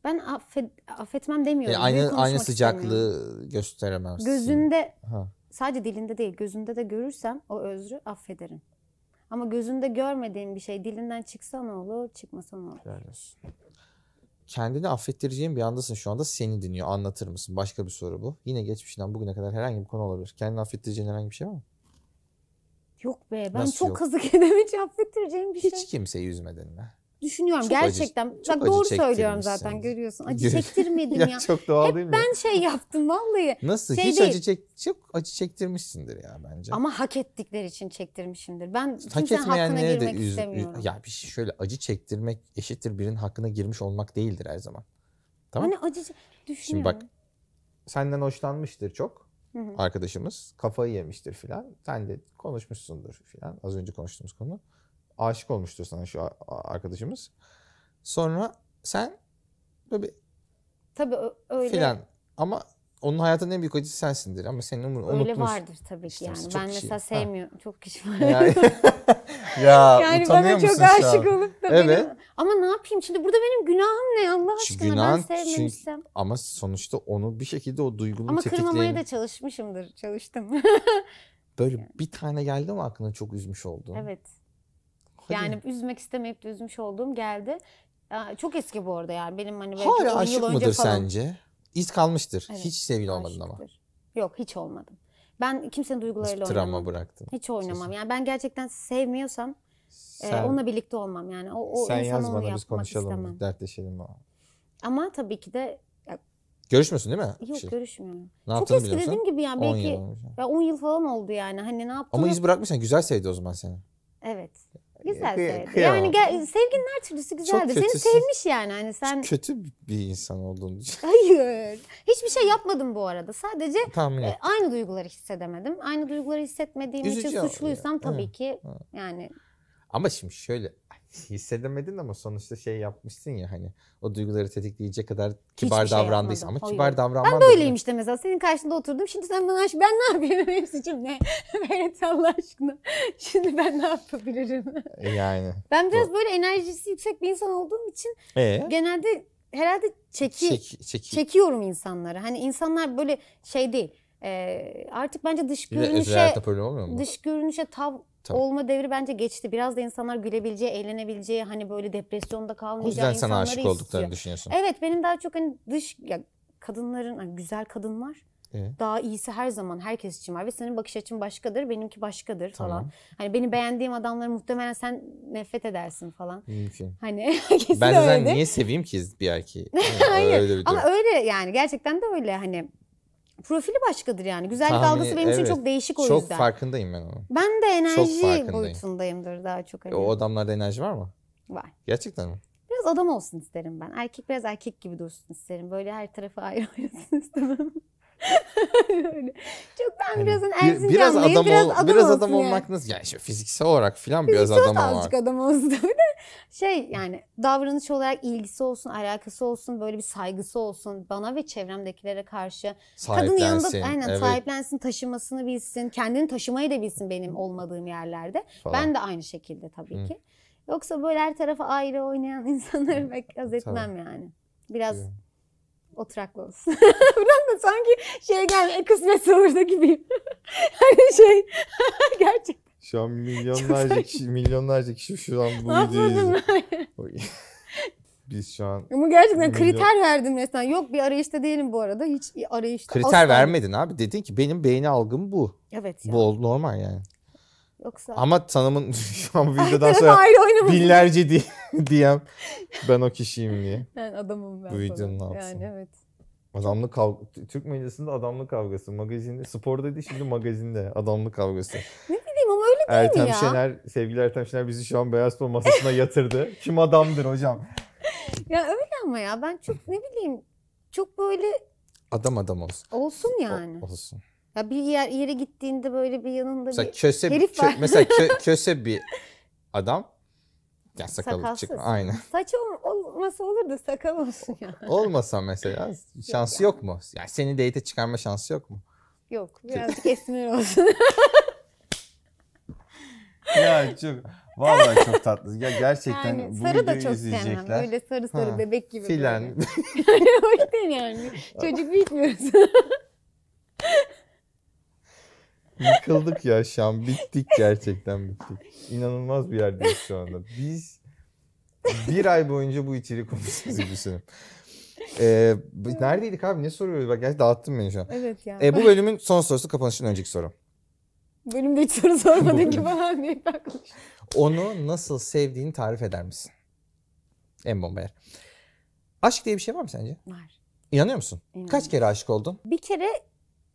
[SPEAKER 1] Ben affet, affetmem demiyorum.
[SPEAKER 2] Yani
[SPEAKER 1] Büyük
[SPEAKER 2] E, aynı
[SPEAKER 1] konuşmak
[SPEAKER 2] aynı
[SPEAKER 1] istemiyorum.
[SPEAKER 2] sıcaklığı gösteremezsin.
[SPEAKER 1] Gözünde
[SPEAKER 2] Ha.
[SPEAKER 1] sadece dilinde değil gözünde de görürsem o özrü affederim. Ama gözünde görmediğim bir şey dilinden çıksa ne olur çıkmasa ne olur.
[SPEAKER 2] Helal olsun. Kendini affettireceğin bir andasın şu anda seni dinliyor. Anlatır mısın? Başka bir soru bu. Yine geçmişinden bugüne kadar herhangi bir konu olabilir. Kendini affettireceğin herhangi bir şey var mı?
[SPEAKER 1] Yok be ben
[SPEAKER 2] Nasıl
[SPEAKER 1] çok
[SPEAKER 2] yok?
[SPEAKER 1] kazık yedim hiç affettireceğim bir şey.
[SPEAKER 2] Hiç kimseyi üzmedin mi?
[SPEAKER 1] Düşünüyorum
[SPEAKER 2] Çok acı-
[SPEAKER 1] gerçekten.
[SPEAKER 2] çok
[SPEAKER 1] Bak doğru
[SPEAKER 2] acı
[SPEAKER 1] söylüyorum
[SPEAKER 2] çektirmişsin.
[SPEAKER 1] zaten görüyorsun. Acı
[SPEAKER 2] Gör-
[SPEAKER 1] çektirmedim ya.
[SPEAKER 2] çok doğal değil mi?
[SPEAKER 1] Ben şey yaptım vallahi.
[SPEAKER 2] Nasıl?
[SPEAKER 1] şey
[SPEAKER 2] Hiç
[SPEAKER 1] değil.
[SPEAKER 2] acı çek çok acı çektirmişsindir ya bence.
[SPEAKER 1] Ama hak ettikleri için çektirmişimdir. Ben
[SPEAKER 2] Hak
[SPEAKER 1] kimsenin hakkına
[SPEAKER 2] etmeyenlere de
[SPEAKER 1] girmek
[SPEAKER 2] üz,
[SPEAKER 1] istemiyorum.
[SPEAKER 2] üz- ya bir şey şöyle acı çektirmek eşittir birinin hakkına girmiş olmak değildir her zaman. Tamam?
[SPEAKER 1] Hani acı düşünüyorum.
[SPEAKER 2] Şimdi bak senden hoşlanmıştır çok
[SPEAKER 1] Hı hı.
[SPEAKER 2] arkadaşımız. Kafayı yemiştir filan. Sen de konuşmuşsundur filan. Az önce konuştuğumuz konu. Aşık olmuştur sana şu a- a- arkadaşımız. Sonra sen böyle bir
[SPEAKER 1] Tabii ö- öyle
[SPEAKER 2] filan ama onun hayatının en büyük acısı sensindir ama senin umur
[SPEAKER 1] öyle
[SPEAKER 2] unutmuş.
[SPEAKER 1] vardır tabii ki
[SPEAKER 2] İşte hani
[SPEAKER 1] yani.
[SPEAKER 2] çok
[SPEAKER 1] ben
[SPEAKER 2] kişi-
[SPEAKER 1] mesela
[SPEAKER 2] Ha.
[SPEAKER 1] sevmiyorum. Çok kişi var.
[SPEAKER 2] Ya, ya
[SPEAKER 1] yani
[SPEAKER 2] utanıyor
[SPEAKER 1] bana
[SPEAKER 2] musun
[SPEAKER 1] çok
[SPEAKER 2] şu an?
[SPEAKER 1] aşık olup da
[SPEAKER 2] Evet.
[SPEAKER 1] benim. Ama ne yapayım şimdi burada benim günahım ne Allah
[SPEAKER 2] Şu
[SPEAKER 1] aşkına
[SPEAKER 2] günahın
[SPEAKER 1] ben sevmemişsem.
[SPEAKER 2] Ama sonuçta onu bir şekilde o duygunu
[SPEAKER 1] Ama kırmamaya
[SPEAKER 2] tetikleyen...
[SPEAKER 1] da çalışmışımdır. Çalıştım.
[SPEAKER 2] Böyle bir tane geldi mi aklına çok üzmüş oldun?
[SPEAKER 1] evet.
[SPEAKER 2] Hadi.
[SPEAKER 1] Yani üzmek istemeyip de üzmüş olduğum geldi. Aa, Çok eski bu arada yani benim hani belki
[SPEAKER 2] Hala
[SPEAKER 1] 10 yıl
[SPEAKER 2] aşık
[SPEAKER 1] önce
[SPEAKER 2] mıdır
[SPEAKER 1] falan.
[SPEAKER 2] sence? İz kalmıştır.
[SPEAKER 1] Evet,
[SPEAKER 2] Hiç sevgili olmadın ama.
[SPEAKER 1] Aşıktır. Yok hiç olmadım. Ben kimsenin duygularıyla
[SPEAKER 2] Nasıl travma
[SPEAKER 1] oynamam.
[SPEAKER 2] bıraktın?
[SPEAKER 1] Hiç oynamam. Yani ben gerçekten sevmiyorsam e,
[SPEAKER 2] Sen,
[SPEAKER 1] onunla birlikte olmam. Yani o, o
[SPEAKER 2] sen
[SPEAKER 1] insan
[SPEAKER 2] yaz
[SPEAKER 1] onu
[SPEAKER 2] bana biz
[SPEAKER 1] yapmak
[SPEAKER 2] konuşalım,
[SPEAKER 1] istemem.
[SPEAKER 2] dertleşelim. o.
[SPEAKER 1] Ama tabii ki de
[SPEAKER 2] Görüşmüyorsun değil mi?
[SPEAKER 1] yok
[SPEAKER 2] Şey,
[SPEAKER 1] görüşmüyorum.
[SPEAKER 2] ne
[SPEAKER 1] Çok
[SPEAKER 2] yaptığını
[SPEAKER 1] eski
[SPEAKER 2] biliyor musun?
[SPEAKER 1] dediğim gibi yani
[SPEAKER 2] 10
[SPEAKER 1] belki
[SPEAKER 2] yıl
[SPEAKER 1] ya
[SPEAKER 2] olmuş.
[SPEAKER 1] 10 yıl falan oldu yani. Hani ne yaptığını
[SPEAKER 2] Ama iz bırakmışsan güzel sevdi o zaman seni.
[SPEAKER 1] Evet. Güzel
[SPEAKER 2] Kıy-
[SPEAKER 1] sevdi.
[SPEAKER 2] kıyamam.
[SPEAKER 1] Yani gel, sevginin her türlüsü güzeldir. Seni
[SPEAKER 2] kötüsün.
[SPEAKER 1] sevmiş yani. Hani sen
[SPEAKER 2] Kötü bir insan olduğunu düşün.
[SPEAKER 1] hayır. Hiçbir şey yapmadım bu arada. Sadece
[SPEAKER 2] Tahmin
[SPEAKER 1] e,
[SPEAKER 2] et.
[SPEAKER 1] aynı duyguları hissedemedim. Aynı duyguları hissetmediğim
[SPEAKER 2] Üzücü
[SPEAKER 1] için
[SPEAKER 2] ama
[SPEAKER 1] suçluysam
[SPEAKER 2] ya.
[SPEAKER 1] tabii
[SPEAKER 2] Evet.
[SPEAKER 1] ki
[SPEAKER 2] Evet.
[SPEAKER 1] yani
[SPEAKER 2] Ama şimdi şöyle hissedemedin ama sonuçta şey yapmışsın ya hani o duyguları tetikleyecek kadar kibar
[SPEAKER 1] şey
[SPEAKER 2] davrandıysan.
[SPEAKER 1] yapmadım,
[SPEAKER 2] Ama
[SPEAKER 1] hayır.
[SPEAKER 2] kibar davranman da-
[SPEAKER 1] Böyleyim işte mesela senin karşında oturdum. Şimdi sen bana aşık ben ne yapayım benim suçum ne? Berat Allah aşkına. Şimdi ben ne yapabilirim?
[SPEAKER 2] E, Yani.
[SPEAKER 1] Ben biraz böyle enerjisi yüksek bir insan olduğum için
[SPEAKER 2] Ee?
[SPEAKER 1] genelde herhalde çeki
[SPEAKER 2] Çek, çek,
[SPEAKER 1] çekiyorum insanları. Hani insanlar böyle şey değil. Ee, artık bence dış
[SPEAKER 2] Bir de özel
[SPEAKER 1] görünüşe
[SPEAKER 2] hayatta böyle olmuyor mu?
[SPEAKER 1] dış görünüşe tav
[SPEAKER 2] Tabii.
[SPEAKER 1] olma devri bence geçti. Biraz da insanlar gülebileceği, eğlenebileceği, hani böyle depresyonda
[SPEAKER 2] o
[SPEAKER 1] kalmayacağı
[SPEAKER 2] yüzden sana
[SPEAKER 1] insanları
[SPEAKER 2] aşık
[SPEAKER 1] istiyor.
[SPEAKER 2] olduklarını düşünüyorsun.
[SPEAKER 1] Evet benim daha çok hani dış ya kadınların hani güzel kadın var.
[SPEAKER 2] E?
[SPEAKER 1] Daha iyisi her zaman herkes için var ve senin bakış açın başkadır, benimki başkadır
[SPEAKER 2] Tamam.
[SPEAKER 1] falan. Hani beni beğendiğim adamları muhtemelen sen nefret edersin falan.
[SPEAKER 2] Mümkün.
[SPEAKER 1] Hani kesin
[SPEAKER 2] Ben zaten
[SPEAKER 1] öyledir.
[SPEAKER 2] niye seveyim ki bir erkeği?
[SPEAKER 1] Hayır.
[SPEAKER 2] Öyle bir
[SPEAKER 1] Ama
[SPEAKER 2] durum.
[SPEAKER 1] öyle yani gerçekten de öyle hani profili başkadır yani. Güzellik
[SPEAKER 2] Tahmini-
[SPEAKER 1] algısı benim için
[SPEAKER 2] evet.
[SPEAKER 1] çok değişik o
[SPEAKER 2] Çok
[SPEAKER 1] yüzden.
[SPEAKER 2] farkındayım ben onun.
[SPEAKER 1] ben de enerji
[SPEAKER 2] farkındayım.
[SPEAKER 1] boyutundayımdır daha çok hani.
[SPEAKER 2] E, O adamlarda enerji var mı?
[SPEAKER 1] Var.
[SPEAKER 2] Gerçekten mi?
[SPEAKER 1] Biraz adam olsun isterim ben. Erkek biraz erkek gibi dursun isterim. Böyle her tarafı ayrı ayrılsın istemem. Öyle. Çok ben biraz hani Erzincanlıyım.
[SPEAKER 2] biraz adam,
[SPEAKER 1] biraz
[SPEAKER 2] ol-
[SPEAKER 1] adam,
[SPEAKER 2] biraz
[SPEAKER 1] olsun
[SPEAKER 2] adam
[SPEAKER 1] yani.
[SPEAKER 2] olmak nasıl? Yani işte fiziksel olarak filan biraz adam olmak.
[SPEAKER 1] Azıcık adam olsun tabii de şey yani davranış olarak ilgisi olsun, alakası olsun, böyle bir saygısı olsun bana ve çevremdekilere karşı. Kadın yanında
[SPEAKER 2] Sahiplensin.
[SPEAKER 1] aynen
[SPEAKER 2] evet,
[SPEAKER 1] sahiplensin, taşımasını bilsin, kendini taşımayı da bilsin benim olmadığım yerlerde.
[SPEAKER 2] falan.
[SPEAKER 1] Ben de aynı şekilde tabii
[SPEAKER 2] Hı.
[SPEAKER 1] ki. Yoksa böyle her tarafa ayrı oynayan insanları pek haz etmem yani. Biraz
[SPEAKER 2] Güzel.
[SPEAKER 1] oturaklı olsun. Buradan da sanki şey gelme kısmetse orada gibiyim. hani şey gerçekten.
[SPEAKER 2] Şu an milyonlarca kişi, milyonlarca kişi şu an bu
[SPEAKER 1] Ne yapıyordun lan?
[SPEAKER 2] Biz şu an...
[SPEAKER 1] Ama gerçekten
[SPEAKER 2] Milyon.
[SPEAKER 1] kriter verdim resmen. Yok bir arayışta değilim bu arada. Hiç arayışta
[SPEAKER 2] Kriter
[SPEAKER 1] asla-
[SPEAKER 2] vermedin abi. Dedin ki benim beyin algım bu.
[SPEAKER 1] Evet ya.
[SPEAKER 2] Bu ol- normal yani.
[SPEAKER 1] Yoksa
[SPEAKER 2] Ama tanımın şu an bu videodan
[SPEAKER 1] Hep
[SPEAKER 2] sonra
[SPEAKER 1] ayrı oynamasın.
[SPEAKER 2] binlerce di- diyem ben o kişiyim diye.
[SPEAKER 1] Ben adamım ben.
[SPEAKER 2] Bu videonun
[SPEAKER 1] falan.
[SPEAKER 2] altısını.
[SPEAKER 1] Yani evet.
[SPEAKER 2] Adamlık kavga... Türk medyasında adamlık kavgası. Magazinde, spordaydı şimdi magazinde adamlık kavgası.
[SPEAKER 1] Bilmiyorum ama öyle
[SPEAKER 2] Ertem
[SPEAKER 1] ya?
[SPEAKER 2] Şener, sevgili Ertem Şener bizi şu an Beyaz Pol masasına yatırdı. Kim adamdır hocam?
[SPEAKER 1] ya öyle ama ya ben çok ne bileyim çok böyle
[SPEAKER 2] Adam adam olsun.
[SPEAKER 1] olsun
[SPEAKER 2] O-
[SPEAKER 1] yani.
[SPEAKER 2] olsun.
[SPEAKER 1] Ya bir yer yere gittiğinde böyle bir yanında
[SPEAKER 2] Mesela
[SPEAKER 1] bir
[SPEAKER 2] köse,
[SPEAKER 1] herif
[SPEAKER 2] kö-
[SPEAKER 1] var.
[SPEAKER 2] mesela kö- köse bir adam. Ya sakalı
[SPEAKER 1] Sakalsız.
[SPEAKER 2] çık. Aynen.
[SPEAKER 1] saç ol- olmasa olur da sakal olsun ya.
[SPEAKER 2] Olmasa mesela şansı yok mu? Yani seni date çıkarma şansı yok mu?
[SPEAKER 1] Yok
[SPEAKER 4] Şey-
[SPEAKER 1] birazcık esmer olsun.
[SPEAKER 4] ya çok vallahi çok tatlı. Ya gerçekten
[SPEAKER 1] yani
[SPEAKER 4] bu
[SPEAKER 1] sarı da
[SPEAKER 4] videoyu
[SPEAKER 1] çok sevmem.
[SPEAKER 4] izleyecekler.
[SPEAKER 1] Böyle sarı sarı
[SPEAKER 2] Ha,
[SPEAKER 1] bebek gibi.
[SPEAKER 2] Filan.
[SPEAKER 1] böyle. Yani hoş değil yani. Çocuk büyütmüyoruz.
[SPEAKER 2] Yıkıldık ya şu an. Bittik gerçekten bittik. İnanılmaz bir yerdeyiz şu anda. Biz bir ay boyunca bu içeriği konuşacağız gibi düşünüyorum. Ee, biz neredeydik abi? Ne soruyoruz? Bak gerçi dağıttın beni şu an.
[SPEAKER 1] evet ya.
[SPEAKER 4] E-
[SPEAKER 2] Ee, bu bölümün son sorusu kapanışın önceki soru.
[SPEAKER 1] Bölümde hiç soru sormadın ki bana niye ben konuşuyorum?
[SPEAKER 2] Onu nasıl sevdiğini tarif eder misin? En bomba yer. Aşk diye bir şey var mı sence?
[SPEAKER 1] Var.
[SPEAKER 2] İnanıyor musun? Kaç
[SPEAKER 1] İnanıyorum.
[SPEAKER 2] kere aşık oldun?
[SPEAKER 1] Bir kere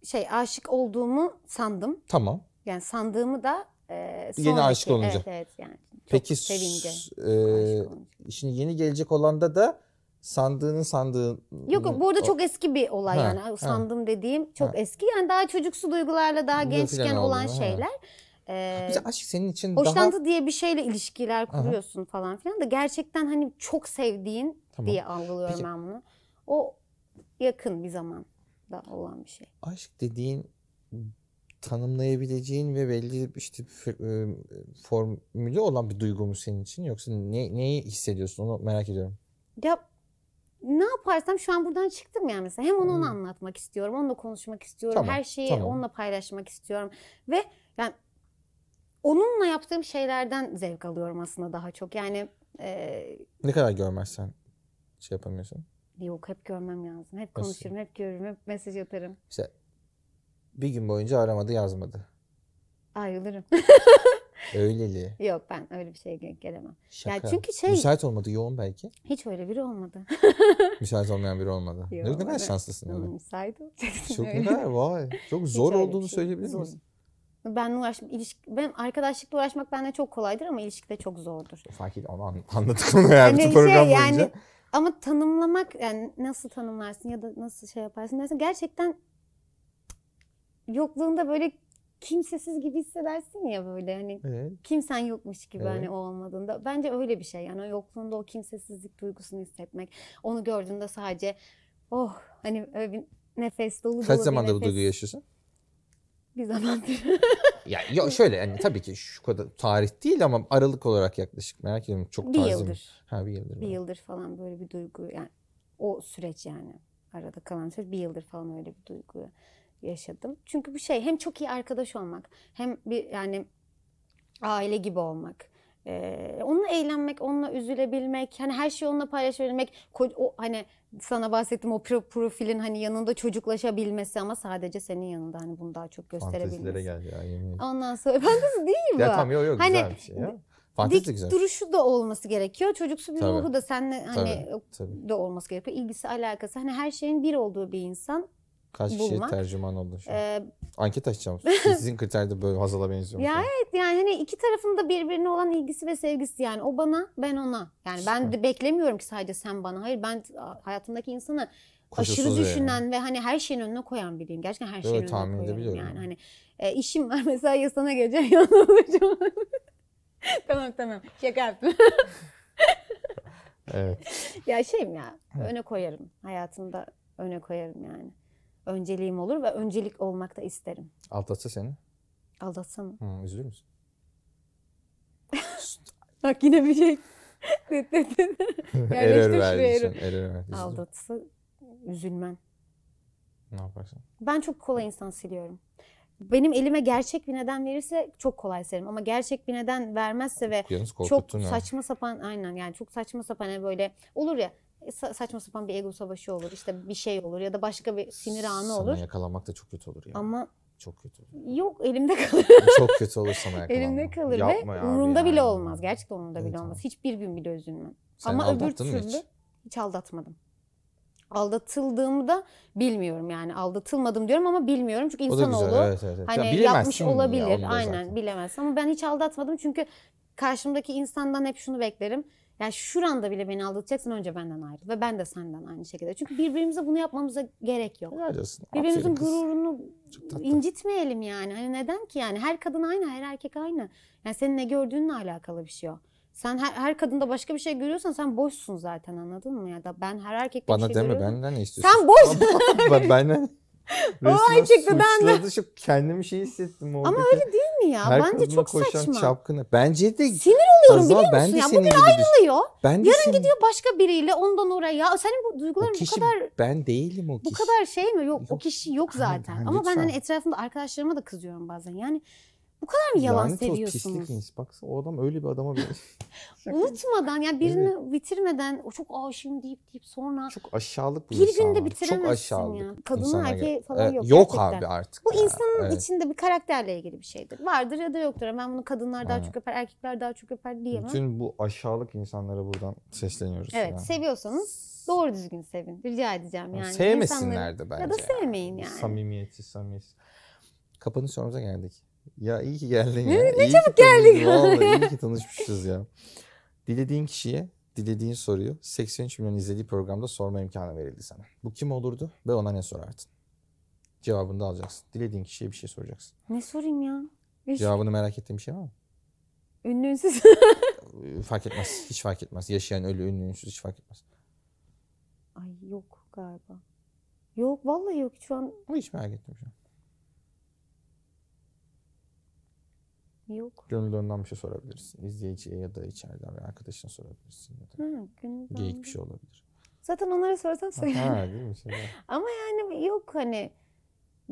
[SPEAKER 1] şey aşık olduğumu sandım.
[SPEAKER 2] Tamam.
[SPEAKER 1] Yani sandığımı da e, sonraki.
[SPEAKER 2] Yeni aşık olunca.
[SPEAKER 1] Evet evet yani. Çok
[SPEAKER 2] Peki
[SPEAKER 1] sevince.
[SPEAKER 2] s-
[SPEAKER 1] aşık
[SPEAKER 2] e,
[SPEAKER 1] olunca.
[SPEAKER 2] şimdi yeni gelecek olanda da sandığının sandığın
[SPEAKER 1] Yok yok, bu arada çok eski bir olay
[SPEAKER 2] Ha,
[SPEAKER 1] yani.
[SPEAKER 2] ha.
[SPEAKER 1] O Sandım dediğim
[SPEAKER 2] Ha.
[SPEAKER 1] çok eski. Yani daha çocuksu duygularla daha
[SPEAKER 2] Yok,
[SPEAKER 1] gençken
[SPEAKER 2] filan
[SPEAKER 1] olan
[SPEAKER 2] oldu, ha.
[SPEAKER 1] şeyler. E,
[SPEAKER 2] Bize aşk senin için
[SPEAKER 1] hoşlantı
[SPEAKER 2] daha
[SPEAKER 1] diye bir şeyle ilişkiler
[SPEAKER 2] Aha.
[SPEAKER 1] kuruyorsun falan filan da gerçekten hani çok sevdiğin
[SPEAKER 2] Tamam.
[SPEAKER 1] diye algılıyorum
[SPEAKER 2] Peki.
[SPEAKER 1] ben bunu. O yakın bir zamanda olan bir şey.
[SPEAKER 2] aşk dediğin tanımlayabileceğin ve belli işte f- e, formülü olan bir duygu mu senin için yoksa ne, neyi hissediyorsun onu merak ediyorum.
[SPEAKER 1] Ya ne yaparsam şu an buradan çıktım yani mesela. Hem onu ona
[SPEAKER 2] Hmm.
[SPEAKER 1] anlatmak istiyorum, onunla konuşmak istiyorum.
[SPEAKER 2] Tamam,
[SPEAKER 1] her şeyi
[SPEAKER 2] tamam.
[SPEAKER 1] onunla paylaşmak istiyorum. Ve yani onunla yaptığım şeylerden zevk alıyorum aslında daha çok. Yani e,
[SPEAKER 2] Ne kadar görmezsen şey yapamıyorsun.
[SPEAKER 1] yok hep görmem lazım. Hep
[SPEAKER 2] Nasıl?
[SPEAKER 1] konuşurum, hep görürüm, hep mesaj atarım.
[SPEAKER 2] İşte bir gün boyunca aramadı yazmadı.
[SPEAKER 1] Ayrılırım.
[SPEAKER 2] Öyleli.
[SPEAKER 1] yok ben öyle bir şeye ge- gelemem.
[SPEAKER 2] Şaka.
[SPEAKER 1] çünkü şey-
[SPEAKER 2] Müsait olmadı yoğun belki.
[SPEAKER 1] Hiç öyle biri olmadı.
[SPEAKER 2] Müsait olmayan biri olmadı. Ne- ne
[SPEAKER 1] Yok,
[SPEAKER 2] kadar
[SPEAKER 1] evet.
[SPEAKER 2] şanslısın. öyle.
[SPEAKER 1] Müsait olacaksın
[SPEAKER 2] Çok
[SPEAKER 1] öyle.
[SPEAKER 2] ne kadar vay. Çok
[SPEAKER 1] Hiç
[SPEAKER 2] zor
[SPEAKER 1] öyle bir
[SPEAKER 2] olduğunu
[SPEAKER 1] şey.
[SPEAKER 2] söyleyebilir
[SPEAKER 1] Zor.
[SPEAKER 2] misin?
[SPEAKER 1] Ben uğraşım, ilişki, ben arkadaşlıkla uğraşmak bende çok kolaydır ama ilişkide çok zordur.
[SPEAKER 2] Fark et onu an, anlattık onu yani
[SPEAKER 1] Hani
[SPEAKER 2] bütün program
[SPEAKER 1] şey,
[SPEAKER 2] boyunca.
[SPEAKER 1] yani ama tanımlamak yani nasıl tanımlarsın ya da nasıl şey yaparsın dersin gerçekten yokluğunda böyle kimsesiz gibi hissedersin ya böyle hani
[SPEAKER 2] Evet.
[SPEAKER 1] kimsen yokmuş gibi hani
[SPEAKER 2] Evet.
[SPEAKER 1] o olmadığında. Bence öyle bir şey yani o yokluğunda o kimsesizlik duygusunu hissetmek. Onu gördüğünde sadece oh hani öyle bir nefes dolu dolu
[SPEAKER 2] Kaç
[SPEAKER 1] bir
[SPEAKER 2] zamanda bu
[SPEAKER 1] nefes
[SPEAKER 2] duyguyu yaşıyorsun?
[SPEAKER 1] bir zamandır.
[SPEAKER 2] Ya yok şöyle yani tabii ki şu kadar tarih değil ama aralık olarak yaklaşık merak ediyorum çok
[SPEAKER 1] bir
[SPEAKER 2] tarzım.
[SPEAKER 1] yıldır.
[SPEAKER 2] Ha bir yıldır.
[SPEAKER 1] Bir
[SPEAKER 2] mı?
[SPEAKER 1] yıldır falan böyle bir duygu yani o süreç yani arada kalan süreç bir yıldır falan öyle bir duygu yaşadım. Çünkü bu şey hem çok iyi arkadaş olmak hem bir yani aile gibi olmak Ee, onunla eğlenmek, onunla üzülebilmek, hani her şeyi onunla paylaşabilmek, ko- o hani sana bahsettiğim o pro- profilin hani yanında çocuklaşabilmesi ama sadece senin yanında hani bunu daha çok
[SPEAKER 2] Fantezilere
[SPEAKER 1] gösterebilmesi.
[SPEAKER 2] geldi ya yemin ederim.
[SPEAKER 1] Ondan sonra fantezi değil bu.
[SPEAKER 2] Ya tamam yok yok
[SPEAKER 1] Hani
[SPEAKER 2] güzel bir şey ya. Fantezi de
[SPEAKER 1] Dik
[SPEAKER 2] güzel.
[SPEAKER 1] duruşu da olması gerekiyor. Çocuksu bir
[SPEAKER 2] Tabii.
[SPEAKER 1] ruhu da seninle hani
[SPEAKER 2] Tabii.
[SPEAKER 1] da olması gerekiyor. İlgisi, alakası. Hani her şeyin bir olduğu bir insan.
[SPEAKER 2] Kaç kişi
[SPEAKER 1] bulmak.
[SPEAKER 2] tercüman oldu şu an?
[SPEAKER 1] Ee,
[SPEAKER 2] Anket açacağım. Sizin kriterde böyle Hazal'a benziyor.
[SPEAKER 1] Ya evet yani hani iki tarafın da birbirine olan ilgisi ve sevgisi yani o bana ben ona. Yani ben de beklemiyorum ki sadece sen bana. Hayır ben hayatımdaki insanı aşırı düşünen ve hani her şeyin önüne koyan biriyim. Gerçekten her şeyin önüne
[SPEAKER 2] tahmin
[SPEAKER 1] koyuyorum
[SPEAKER 2] edebiliyorum.
[SPEAKER 1] yani. Hani e, işim var mesela ya sana geleceğim ya ona olacağım. tamam tamam şaka yaptım.
[SPEAKER 2] Evet.
[SPEAKER 1] ya şeyim ya öne koyarım. Hayatımda öne koyarım yani. Önceliğim olur ve öncelik olmak da isterim.
[SPEAKER 2] Aldatsa seni.
[SPEAKER 1] Aldatsana.
[SPEAKER 2] Hı, üzülür müsün?
[SPEAKER 1] Bak yine bir şey. Tet, tet, tet. Yerleştir şuraya
[SPEAKER 2] verdiysen,
[SPEAKER 1] error.
[SPEAKER 2] Error verdiysen.
[SPEAKER 1] Aldatsa üzülmem.
[SPEAKER 2] Ne yaparsın?
[SPEAKER 1] Ben çok kolay insan siliyorum. Benim elime gerçek bir neden verirse çok kolay silerim. Ama gerçek bir neden vermezse ve
[SPEAKER 2] Yalnız
[SPEAKER 1] çok
[SPEAKER 2] korkuttun ya.
[SPEAKER 1] saçma sapan aynen yani çok saçma sapan hani böyle olur ya sa- saçma sapan bir ego savaşı olur işte bir şey olur ya da başka bir sinir anı olur.
[SPEAKER 2] Sana yakalamak da çok kötü olur ya.
[SPEAKER 1] Ama
[SPEAKER 2] Çok kötü olur.
[SPEAKER 1] yok elimde kalır.
[SPEAKER 2] çok kötü olur sana yakalanmak.
[SPEAKER 1] elimde kalır
[SPEAKER 2] Yapma
[SPEAKER 1] ve
[SPEAKER 2] ya abi
[SPEAKER 1] umurumda
[SPEAKER 2] ya.
[SPEAKER 1] bile olmaz. Gerçekten umurumda
[SPEAKER 2] Evet
[SPEAKER 1] bile
[SPEAKER 2] abi.
[SPEAKER 1] olmaz. Hiçbir gün bile üzülmem.
[SPEAKER 2] Sen
[SPEAKER 1] Ama öbür
[SPEAKER 2] aldattın mı
[SPEAKER 1] türlü
[SPEAKER 2] hiç?
[SPEAKER 1] hiç? aldatmadım. Aldatıldığımı da bilmiyorum yani aldatılmadım diyorum ama bilmiyorum çünkü
[SPEAKER 2] O da
[SPEAKER 1] insanoğlu
[SPEAKER 2] güzel. Evet, evet. evet. Ya
[SPEAKER 1] Hani yapmış
[SPEAKER 2] bilemezsin ya
[SPEAKER 1] olabilir.
[SPEAKER 2] onu da
[SPEAKER 1] Aynen
[SPEAKER 2] zaten.
[SPEAKER 1] bilemez. Ama ben hiç aldatmadım çünkü karşımdaki insandan hep şunu beklerim. Ya şuranda bile beni aldatacaksın önce benden ayrıl ve ben de senden aynı şekilde. Çünkü birbirimize bunu yapmamıza gerek yok.
[SPEAKER 2] Helal olsun.
[SPEAKER 1] Birbirimizin
[SPEAKER 2] Aferin kız.
[SPEAKER 1] gururunu
[SPEAKER 2] Çok tatlı.
[SPEAKER 1] incitmeyelim yani. Hani neden ki yani her kadın aynı, her erkek aynı. Yani senin ne gördüğünle alakalı bir şey o. Sen her, her kadında başka bir şey görüyorsan sen boşsun zaten anladın mı? Ya da ben her erkekte bir
[SPEAKER 2] Bana
[SPEAKER 1] şey
[SPEAKER 2] deme
[SPEAKER 1] görüyorum.
[SPEAKER 2] benden ne istiyorsun?
[SPEAKER 1] Sen boş
[SPEAKER 2] ben benden resmen
[SPEAKER 1] ay çıktı, ben de.
[SPEAKER 2] suçladı. Şu kendimi şey hissettim.
[SPEAKER 1] Ama
[SPEAKER 2] öyle
[SPEAKER 1] mi ya?
[SPEAKER 2] Her
[SPEAKER 1] Bence
[SPEAKER 2] kadına
[SPEAKER 1] çok
[SPEAKER 2] koşan
[SPEAKER 1] saçma.
[SPEAKER 2] çapkını. Bence de
[SPEAKER 1] Sinir oluyorum biliyor
[SPEAKER 2] ben
[SPEAKER 1] musun
[SPEAKER 2] de
[SPEAKER 1] ya?
[SPEAKER 2] senin
[SPEAKER 1] Bugün
[SPEAKER 2] gibi düşün-
[SPEAKER 1] ayrılıyor.
[SPEAKER 2] Ben de
[SPEAKER 1] Yarın
[SPEAKER 2] senin-
[SPEAKER 1] gidiyor başka biriyle ondan oraya. Ya senin bu
[SPEAKER 2] O
[SPEAKER 1] duyguların bu
[SPEAKER 2] kişi
[SPEAKER 1] kadar
[SPEAKER 2] ben değilim o
[SPEAKER 1] bu
[SPEAKER 2] kişi.
[SPEAKER 1] kadar şey mi? Yok, o
[SPEAKER 2] Yok.
[SPEAKER 1] kişi yok
[SPEAKER 2] Aynen,
[SPEAKER 1] zaten.
[SPEAKER 2] aynen,
[SPEAKER 1] Ama ben hani
[SPEAKER 2] lütfen.
[SPEAKER 1] etrafımda arkadaşlarıma da kızıyorum bazen. Yani bu kadar mı yalan
[SPEAKER 2] Lanet olsun pislik
[SPEAKER 1] seviyorsunuz?
[SPEAKER 2] ins. Baksana o adam öyle bir adama benziyor.
[SPEAKER 1] Unutmadan yani birini bitirmeden o çok aşığım deyip deyip sonra
[SPEAKER 2] Çok aşağılık bu
[SPEAKER 1] bir
[SPEAKER 2] insanlar.
[SPEAKER 1] günde
[SPEAKER 2] Çok
[SPEAKER 1] bitiremezsin
[SPEAKER 2] aşağılık.
[SPEAKER 1] ya. Kadının
[SPEAKER 2] insanlar
[SPEAKER 1] erkeği
[SPEAKER 2] gel-
[SPEAKER 1] falan
[SPEAKER 2] Ee,
[SPEAKER 1] yok.
[SPEAKER 2] Yok
[SPEAKER 1] gerçekten.
[SPEAKER 2] abi artık.
[SPEAKER 1] Bu
[SPEAKER 2] ya.
[SPEAKER 1] insanın
[SPEAKER 2] Evet.
[SPEAKER 1] içinde bir karakterle ilgili bir şeydir. Vardır ya da yoktur. Ben bunu kadınlar daha
[SPEAKER 2] Aynen.
[SPEAKER 1] çok öper, erkekler daha çok öper diyemem.
[SPEAKER 2] Bütün bu aşağılık insanlara buradan sesleniyoruz.
[SPEAKER 1] Evet,
[SPEAKER 2] ya.
[SPEAKER 1] seviyorsanız doğru düzgün sevin. Rica edeceğim
[SPEAKER 2] Ama
[SPEAKER 1] yani. İnsanların-
[SPEAKER 2] Sevmesinler de bence.
[SPEAKER 1] Ya da sevmeyin yani.
[SPEAKER 2] Samimiyetsiz samimiyetsiz. Kapanış sorumuza geldik. Ya iyi ki geldin
[SPEAKER 1] Ne-
[SPEAKER 2] ya. Ne çabuk
[SPEAKER 1] geldik.
[SPEAKER 2] Vallahi iyi ki tanışmışız ya. Dilediğin kişiye dilediğin soruyu 83 milyon izlediği programda sorma imkanı verildi sana. Bu kim olurdu ve ona ne sorardın? Cevabını da alacaksın. Dilediğin kişiye bir şey soracaksın.
[SPEAKER 1] Ne sorayım ya? Hiç
[SPEAKER 2] Cevabını merak ettiğin bir şey var mı?
[SPEAKER 1] ünlü ünsüz.
[SPEAKER 2] Ee, Fark etmez. Hiç fark etmez. Yaşayan, ölü, ünlü, ünsüz hiç fark etmez.
[SPEAKER 1] Ay yok galiba. Yok vallahi yok şu an
[SPEAKER 2] Ama hiç merak şey ettim şu an.
[SPEAKER 1] yok.
[SPEAKER 2] Gönüllerinden bir şey sorabilirsin. İzleyiciye ya da içeriden bir arkadaşına sorabilirsin. Ya da
[SPEAKER 1] Ha, gündemde.
[SPEAKER 2] geyik bir şey olabilir.
[SPEAKER 1] Zaten onlara sorsam söyler.
[SPEAKER 2] Ha, değil mi? Şey var.
[SPEAKER 1] Yani yok hani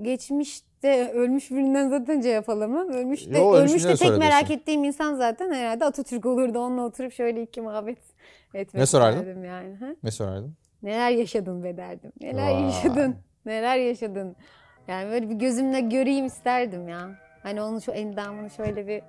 [SPEAKER 1] geçmişte ölmüş birinden zaten cevap alamam. Ölmüş de,
[SPEAKER 2] Yo,
[SPEAKER 1] ölmüş
[SPEAKER 2] ölmüşüne
[SPEAKER 1] de
[SPEAKER 2] de
[SPEAKER 1] tek merak
[SPEAKER 2] sorabilirsin.
[SPEAKER 1] ettiğim insan zaten herhalde Atatürk olurdu. Onunla oturup şöyle iki muhabbet etmek
[SPEAKER 2] Ne sorardın?
[SPEAKER 1] isterdim yani. Ha?
[SPEAKER 2] Ne sorardın?
[SPEAKER 1] Neler yaşadın be derdim. Neler
[SPEAKER 2] Vay.
[SPEAKER 1] yaşadın. Neler yaşadın. Yani böyle bir gözümle göreyim isterdim ya. Hani onun şu endamını şöyle bir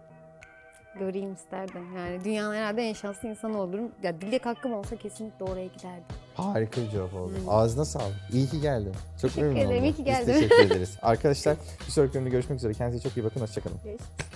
[SPEAKER 1] göreyim isterdim. Yani dünyanın herhalde en şanslı insanı olurum. Ya dilek hakkım olsa kesinlikle oraya giderdim.
[SPEAKER 2] Harika bir cevap oldu.
[SPEAKER 1] Hmm.
[SPEAKER 2] Ağzına sağlık. İyi ki geldin. Çok
[SPEAKER 1] Teşekkür
[SPEAKER 2] memnun
[SPEAKER 1] ederim,
[SPEAKER 2] oldum.
[SPEAKER 1] iyi ki
[SPEAKER 2] Biz
[SPEAKER 1] geldin.
[SPEAKER 2] teşekkür ederiz. Arkadaşlar bir sonraki bölümde görüşmek üzere. Kendinize çok iyi bakın. Hoşçakalın.
[SPEAKER 1] Görüşürüz.